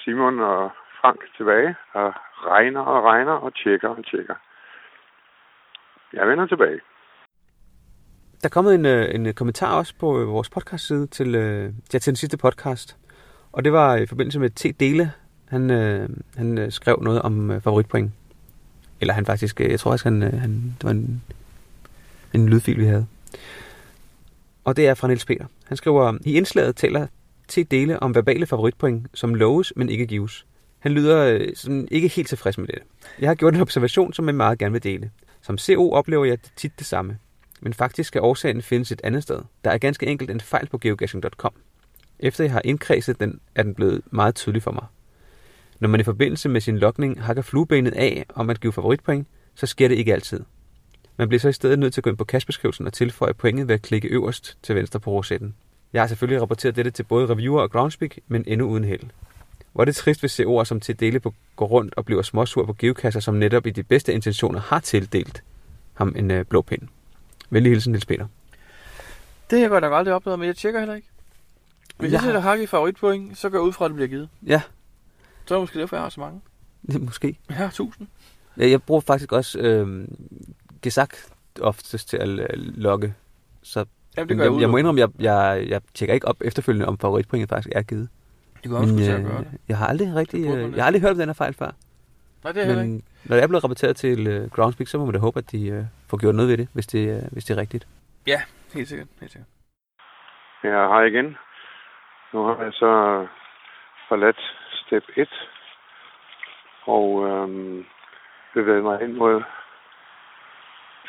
[SPEAKER 4] Simon og Frank tilbage, og regner og regner og tjekker og tjekker. Jeg vender tilbage.
[SPEAKER 2] Der er kommet en, øh, en øh, kommentar også på øh, vores podcast-side til, øh, ja, til den sidste podcast, og det var i forbindelse med T. Dele, han, øh, han øh, skrev noget om øh, favoritpoint. Eller han faktisk, øh, jeg tror faktisk, han, øh, han, det var en, en lydfil, vi havde. Og det er fra Niels Peter. Han skriver, i indslaget taler T. Dele om verbale favoritpoint, som loves, men ikke gives. Han lyder øh, sådan ikke helt tilfreds med det. Jeg har gjort en observation, som jeg meget gerne vil dele. Som CO oplever jeg tit det samme. Men faktisk skal årsagen findes et andet sted. Der er ganske enkelt en fejl på geocaching.com. Efter jeg har indkredset den, er den blevet meget tydelig for mig. Når man i forbindelse med sin lokning hakker fluebenet af om at give favoritpoint, så sker det ikke altid. Man bliver så i stedet nødt til at gå ind på cashbeskrivelsen og tilføje pointet ved at klikke øverst til venstre på rosetten. Jeg har selvfølgelig rapporteret dette til både reviewer og groundspeak, men endnu uden held. Hvor er det trist, hvis CO'er som til dele på går rundt og bliver småsur på geokasser, som netop i de bedste intentioner har tildelt ham en øh, blå pind. Venlig hilsen, Niels Peter.
[SPEAKER 1] Det har jeg godt nok aldrig oplevet, men jeg tjekker heller ikke. Hvis jeg
[SPEAKER 2] Ja.
[SPEAKER 1] sætter hak i favoritpoint, så går jeg ud fra, at det bliver givet.
[SPEAKER 2] Ja,
[SPEAKER 1] Så er det måske derfor, jeg har så mange.
[SPEAKER 2] måske.
[SPEAKER 1] Jeg har tusind.
[SPEAKER 2] Ja, Jeg bruger faktisk også øh, Gesak oftest til at øh, logge. Så
[SPEAKER 1] Jamen, det gør
[SPEAKER 2] jeg,
[SPEAKER 1] jeg,
[SPEAKER 2] jeg, jeg, må
[SPEAKER 1] udelukkende.
[SPEAKER 2] indrømme, jeg, jeg, jeg tjekker ikke op efterfølgende, om favoritpointet faktisk er givet.
[SPEAKER 1] Det gør jeg også, at
[SPEAKER 2] øh,
[SPEAKER 1] gøre det.
[SPEAKER 2] jeg har aldrig rigtig,
[SPEAKER 1] burde man
[SPEAKER 2] øh,
[SPEAKER 1] ikke.
[SPEAKER 2] jeg har aldrig hørt om den her fejl før.
[SPEAKER 1] Nej, det er heller ikke.
[SPEAKER 2] Men når det er blevet rapporteret til øh, Groundspeak, så må man da håbe, at de øh, får gjort noget ved det, hvis det, øh, hvis det er rigtigt.
[SPEAKER 1] Helt sikkert, helt sikkert.
[SPEAKER 4] Ja, hej igen. Nu har jeg så forladt step 1 og øhm, bevæget mig ind mod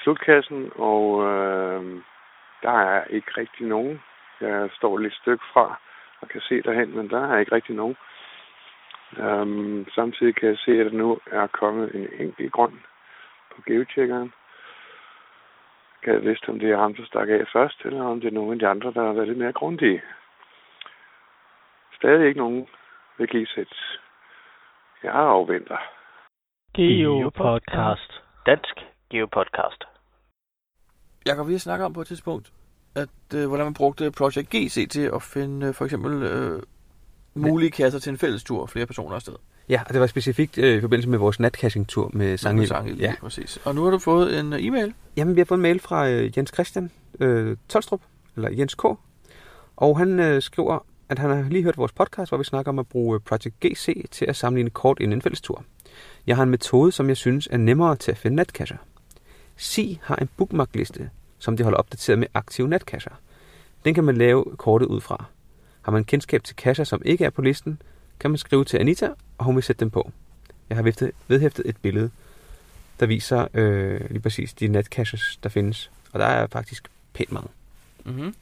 [SPEAKER 4] slutkassen, og øhm, der er ikke rigtig nogen. Jeg står lidt stykke fra og kan se derhen, men der er ikke rigtig nogen. Øhm, samtidig kan jeg se, at der nu er kommet en enkelt grøn på geotjekkeren. Kan jeg vidste, om det er ham, der stak af først, eller om det er nogen af de andre, der har været lidt mere grundige. Stadig ikke nogen Ved G-Sæt. Jeg afventer.
[SPEAKER 3] Geopodcast. Dansk Geopodcast.
[SPEAKER 1] Jakob, vi har snakket om på et tidspunkt, at øh, hvordan man brugte Project GC til at finde øh, for eksempel øh, mulige kasser til en fælles tur flere personer afsted.
[SPEAKER 2] Ja, og det var specifikt øh, i forbindelse med vores natcaching-tur med Sange.
[SPEAKER 1] Med Sange,
[SPEAKER 2] ja.
[SPEAKER 1] ja. præcis. Og nu har du fået en øh, e-mail.
[SPEAKER 2] Jamen, vi har fået en mail fra øh, Jens Christian øh, Tolstrup, eller Jens K. Og han øh, skriver, at han har lige hørt vores podcast, hvor vi snakker om at bruge øh, Project GC til at sammenligne kort inden en fælles tur. Jeg har en metode, som jeg synes er nemmere til at finde natkasser. SI har en bookmarkliste, som de holder opdateret med aktive natkasser. Den kan man lave kortet ud fra. Har man kendskab til kasser, som ikke er på listen, kan man skrive til Anita, og hun vil sætte dem på. Jeg har viftet- vedhæftet et billede der viser øh, lige præcis de netcaches, der findes. Og der er faktisk pænt mange.
[SPEAKER 1] Mm-hmm.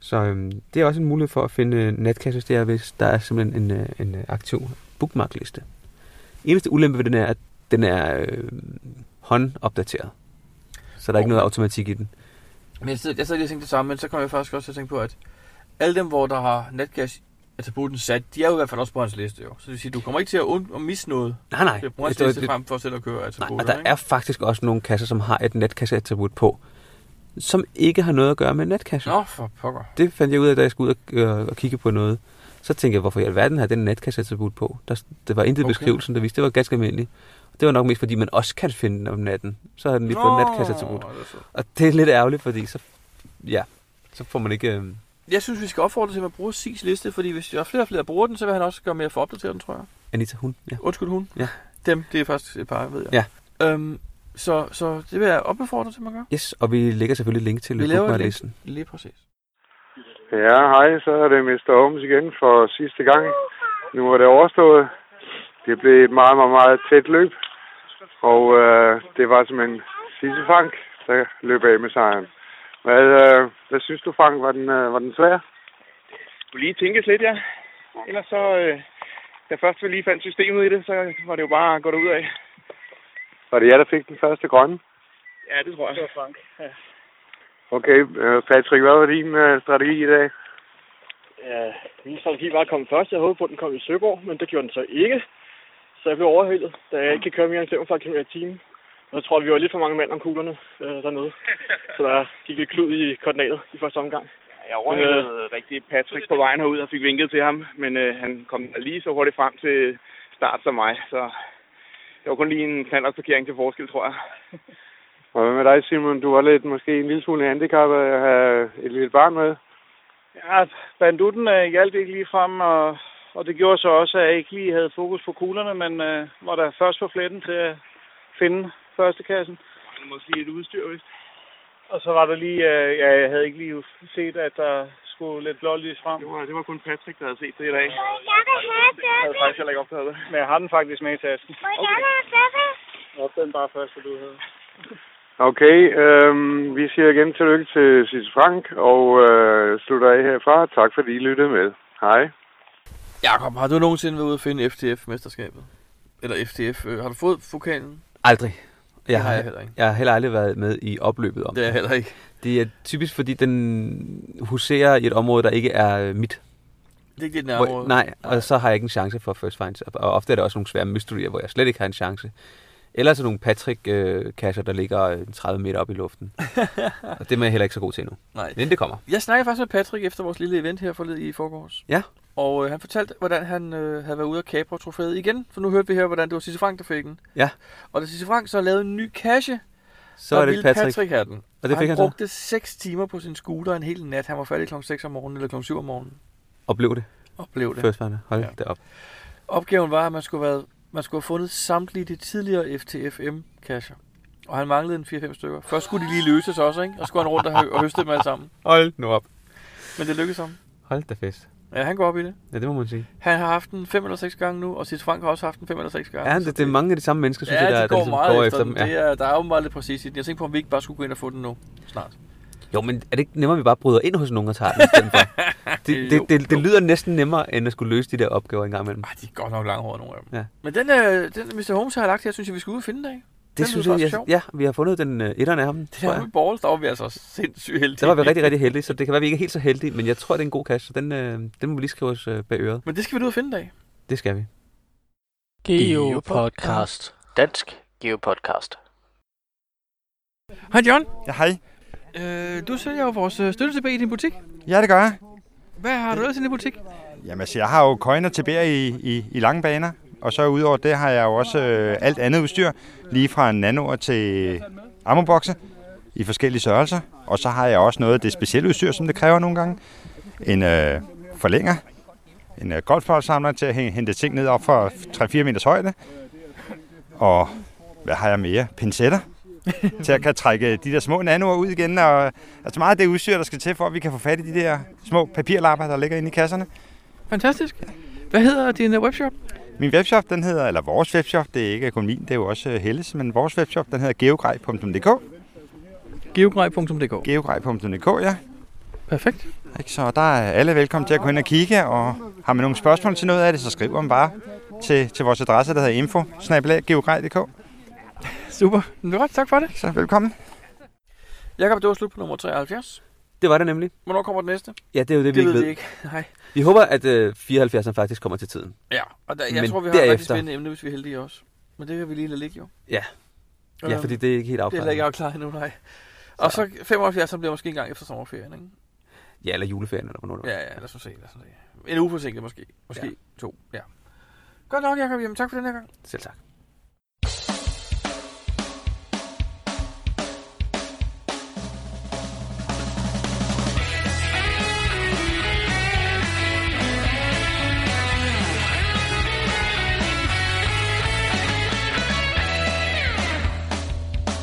[SPEAKER 2] Så øh, det er også en mulighed for at finde netcaches, det er, hvis der er simpelthen en, øh, en øh, aktiv bookmarkliste. Eneste ulempe ved den er, at den er øh, håndopdateret. Så der er ikke noget automatik i den.
[SPEAKER 1] Men jeg sad, jeg sad lige og tænkte det samme, men så kom jeg faktisk også til at tænke på, at alle dem, hvor der har netcash attributen sat, de er jo i hvert fald også på hans liste jo. Så det vil sige, du kommer ikke til at, und- at misse noget.
[SPEAKER 2] Nej, nej.
[SPEAKER 1] Det er på hans
[SPEAKER 2] Det-
[SPEAKER 1] liste
[SPEAKER 2] det-
[SPEAKER 1] frem for selv at køre
[SPEAKER 2] Nej,
[SPEAKER 1] attributer,
[SPEAKER 2] og der er faktisk også nogle kasser, som har et netkasseattribut på, som ikke har noget at gøre med netcacher.
[SPEAKER 1] Nå, for pokker.
[SPEAKER 2] det fandt jeg ud af, da jeg skulle ud og, øh, og kigge på noget. Så tænkte jeg, hvorfor i alverden har den natkasseattribut på? Der, der var
[SPEAKER 1] Okay.
[SPEAKER 2] intet okay. beskrivelsen, der viste, det var ganske almindeligt. Det var nok mest, fordi man også kan finde den om natten. Så har den lige fået natkasseattribut.
[SPEAKER 1] Nå, altså. det er så-
[SPEAKER 2] Og det er lidt ærgerligt, fordi så, ja, så får man ikke... Øh,
[SPEAKER 1] Jeg synes, vi skal opfordre til, at man bruger SIS liste, fordi hvis der er flere og flere, der bruger den, så vil han også gøre mere for at opdatere den, tror jeg.
[SPEAKER 2] Anita, hun. Ja.
[SPEAKER 1] Undskyld hun.
[SPEAKER 2] Ja.
[SPEAKER 1] Dem, det er faktisk et par, ved jeg. Ja. Øhm, så, så det vil jeg opbefordre til, at man gør.
[SPEAKER 2] Yes, og vi lægger selvfølgelig link til
[SPEAKER 1] Vi laver et link.
[SPEAKER 2] bookmarklisten.
[SPEAKER 1] Lige præcis.
[SPEAKER 4] Ja, hej, så er det Mr. Holmes igen for sidste gang. Nu er det overstået. Det blev et meget, meget, meget tæt løb. Og øh, det var som en Sisse Frank, der løb af med sejren. Hvad, øh, hvad synes du, Frank? Var den, øh, var den svær?
[SPEAKER 9] skulle lige tænkes lidt, ja. Ellers så, øh, da først vi lige fandt systemet i det, så var det jo bare at gå derud af.
[SPEAKER 4] Var det jer, der fik den første grønne?
[SPEAKER 9] Ja, det tror jeg. Det var Frank. Ja.
[SPEAKER 4] Okay, øh, Patrick, hvad var din øh, strategi i dag?
[SPEAKER 9] ja, min strategi var at komme først. Jeg håbede på, at den kom i Søborg, men det gjorde den så ikke. Så jeg blev overhældet, da jeg ikke kan køre mere end 45 km i timen. Og så tror jeg, vi var lidt for mange mænd om kuglerne øh, dernede. Så der gik lidt klud i koordinatet i første omgang. Jeg overhældede øh, rigtig Patrick på vejen herud og fik vinket til ham, men øh, han kom lige så hurtigt frem til start som mig, så det var kun lige en knaldersparkering til forskel, tror jeg.
[SPEAKER 4] Og hvad med dig, Simon? Du var lidt måske en lille smule handicappet at have et lille barn med.
[SPEAKER 9] Ja, bandutten øh, hjalp ikke lige frem, og, og det gjorde så også, at jeg ikke lige havde fokus på kuglerne, men øh, var der først på fletten til at finde førstekassen. Måske lige et udstyr, vist. Og så var der lige, øh, ja, jeg havde ikke lige set, at der skulle lidt blålys frem. Det var, det var kun Patrick, der havde set det i dag. Jeg havde faktisk heller ikke opdaget det. Men jeg har den faktisk med i tasken. Jeg opdagede den bare først, så du havde.
[SPEAKER 4] Okay, øhm, vi siger igen tillykke til Sisse Frank, og øh, slutter af herfra. Tak fordi I lyttede med. Hej.
[SPEAKER 1] Jakob, har du nogensinde været ude at finde FTF-mesterskabet? Eller FTF, øh, har du fået fokalen?
[SPEAKER 2] Aldrig. Jeg
[SPEAKER 1] har
[SPEAKER 2] har,
[SPEAKER 1] jeg heller ikke.
[SPEAKER 2] jeg har heller aldrig været med i opløbet om.
[SPEAKER 1] Det er jeg heller ikke.
[SPEAKER 2] Det er typisk, fordi den huserer i et område, der ikke er øh, mit.
[SPEAKER 1] Det er ikke dit
[SPEAKER 2] Hvor,
[SPEAKER 1] nærområde.
[SPEAKER 2] nej, og så har jeg ikke en chance for first finds. Og og ofte er der også nogle svære mysterier, hvor jeg slet ikke har en chance. Eller så nogle Patrick-kasser, der ligger øh, 30 meter op i luften. og det er jeg heller ikke så god til endnu.
[SPEAKER 1] Nej.
[SPEAKER 2] Men det kommer.
[SPEAKER 1] Jeg snakkede faktisk med Patrick efter vores lille event her forleden i forgårs.
[SPEAKER 2] Ja.
[SPEAKER 1] Og øh, han fortalte, hvordan han øh, havde været ude og kapre trofæet igen. For nu hørte vi her, hvordan det var Sisse Frank, der fik den.
[SPEAKER 2] Ja.
[SPEAKER 1] Og da Sisse Frank så lavede en ny kasse,
[SPEAKER 2] Så er
[SPEAKER 1] der
[SPEAKER 2] det
[SPEAKER 1] ville
[SPEAKER 2] Patrick.
[SPEAKER 1] Patrick have den.
[SPEAKER 2] Og det fik han,
[SPEAKER 1] han
[SPEAKER 2] så.
[SPEAKER 1] brugte 6 timer på sin scooter en hel nat. Han var færdig kl. 6 om morgenen eller kl. 7 om morgenen.
[SPEAKER 2] Og blev det.
[SPEAKER 1] Og blev det.
[SPEAKER 2] First finder. Hold
[SPEAKER 1] Ja.
[SPEAKER 2] ja. det op.
[SPEAKER 1] Opgaven var, at man skulle, have været, man skulle have fundet samtlige de tidligere FTFM-kasser. Og han manglede en 4-5 stykker. Først skulle de lige løses også, ikke? Og så skulle han rundt og, hø- og høste dem alle sammen.
[SPEAKER 2] Hold nu op.
[SPEAKER 1] Men det lykkedes ham.
[SPEAKER 2] Hold da fest.
[SPEAKER 1] Ja, han går op i det.
[SPEAKER 2] Ja, det må man sige.
[SPEAKER 1] Han har haft den 5 eller 6 gange nu, og Sis Frank har også haft den 5 eller 6 gange.
[SPEAKER 2] Ja,
[SPEAKER 1] så
[SPEAKER 2] det, det er mange af de samme mennesker, synes
[SPEAKER 1] ja,
[SPEAKER 2] jeg, der,
[SPEAKER 1] de
[SPEAKER 2] der
[SPEAKER 1] går
[SPEAKER 2] ligesom
[SPEAKER 1] meget
[SPEAKER 2] går
[SPEAKER 1] efter,
[SPEAKER 2] efter dem.
[SPEAKER 1] Det er, der er jo meget lidt præcis i den. Jeg tænkte på, om vi ikke bare skulle gå ind og få den nu snart.
[SPEAKER 2] Jo, men er det ikke nemmere, at vi bare bryder ind hos nogen og tager den i stedet for? Det,
[SPEAKER 1] Jo,
[SPEAKER 2] det, det, det lyder næsten nemmere, end at skulle løse de der opgaver en gang imellem.
[SPEAKER 1] Ej, de er godt nok langhåret, nogle af dem.
[SPEAKER 2] Ja.
[SPEAKER 1] Men den, øh, den Mr. Holmes har lagt her, synes jeg, vi skal ud og finde i dag.
[SPEAKER 2] Det
[SPEAKER 1] lyder
[SPEAKER 2] synes
[SPEAKER 1] faktisk
[SPEAKER 2] jeg, jeg
[SPEAKER 1] sjov.
[SPEAKER 2] ja, vi har fundet den øh, etteren af ham,
[SPEAKER 1] Det
[SPEAKER 2] tror
[SPEAKER 1] her
[SPEAKER 2] jeg.
[SPEAKER 1] med Balls, der var vi altså sindssygt heldige.
[SPEAKER 2] Der var vi rigtig, rigtig heldige, så det kan være, at vi ikke er helt så heldige, men jeg tror, det er en god kasse, så den, øh, den må vi lige skrive os øh, bag øret.
[SPEAKER 1] Men det skal vi ud og finde i dag.
[SPEAKER 2] Det skal vi.
[SPEAKER 3] Geo Podcast. Dansk Geo Podcast.
[SPEAKER 1] Hej John,
[SPEAKER 4] Ja, hej.
[SPEAKER 1] øh, du sælger jo vores øh, støtte tilbage i din butik.
[SPEAKER 4] Ja, det gør jeg.
[SPEAKER 1] Hvad har du ellers i din butik?
[SPEAKER 4] Jamen, altså, jeg har jo køjner til bær i, i, i lange baner. Og så udover det har jeg jo også øh, alt andet udstyr. Lige fra nanoer til ammobokse i forskellige størrelser. Og så har jeg også noget af det specielle udstyr, som det kræver nogle gange. En øh, forlænger. En øh, golfboldsamler til at hæ- hente ting ned op fra 3-4 meters højde. Og hvad har jeg mere? Pincetter til at kan trække de der små nanoer ud igen. Og, altså meget af det udstyr, der skal til, for at vi kan få fat i de der små papirlapper, der ligger inde i kasserne.
[SPEAKER 1] Fantastisk. Hvad hedder din øh, webshop?
[SPEAKER 4] Min webshop, den hedder, eller vores webshop, det er ikke kun min, det er jo også øh, Helles, men vores webshop, den hedder geogrej.dk.
[SPEAKER 1] Geogrej.dk
[SPEAKER 4] Geogrej.dk, ja.
[SPEAKER 1] Perfekt.
[SPEAKER 4] Ikke, så der er alle velkommen til at gå ind og kigge, og har man nogle spørgsmål til noget af det, så skriv om bare til, til vores adresse, der hedder info
[SPEAKER 1] Super. Men Godt, tak for det.
[SPEAKER 4] Så velkommen.
[SPEAKER 1] Jakob, det var slut på nummer 73.
[SPEAKER 2] Det var det nemlig.
[SPEAKER 1] Hvornår kommer den næste?
[SPEAKER 2] Ja, det er jo det, vi
[SPEAKER 1] Det
[SPEAKER 2] ikke
[SPEAKER 1] ved
[SPEAKER 2] ved.
[SPEAKER 1] vi ikke. Nej.
[SPEAKER 2] Vi håber, at øh, 74'eren faktisk kommer til tiden.
[SPEAKER 1] Ja, og der, jeg
[SPEAKER 2] Men
[SPEAKER 1] tror, vi har et rigtig
[SPEAKER 2] derefter-
[SPEAKER 1] spændende emne, hvis vi er heldige også. Men det kan vi lige lade ligge jo.
[SPEAKER 2] Ja. Ja,
[SPEAKER 1] Øhm,
[SPEAKER 2] fordi det er ikke helt
[SPEAKER 1] Det er heller
[SPEAKER 2] afklaret.
[SPEAKER 1] ikke afklaret endnu, nej. Og så 75, så bliver måske en gang efter sommerferien, ikke?
[SPEAKER 2] Ja, eller juleferien, eller hvornår det var.
[SPEAKER 1] Ja, ja, lad os nu se, lad os nu se. En uge forsinket måske. Måske ja. to, ja. Godt nok, Jacob. Jamen, tak for den her gang.
[SPEAKER 2] Selv tak.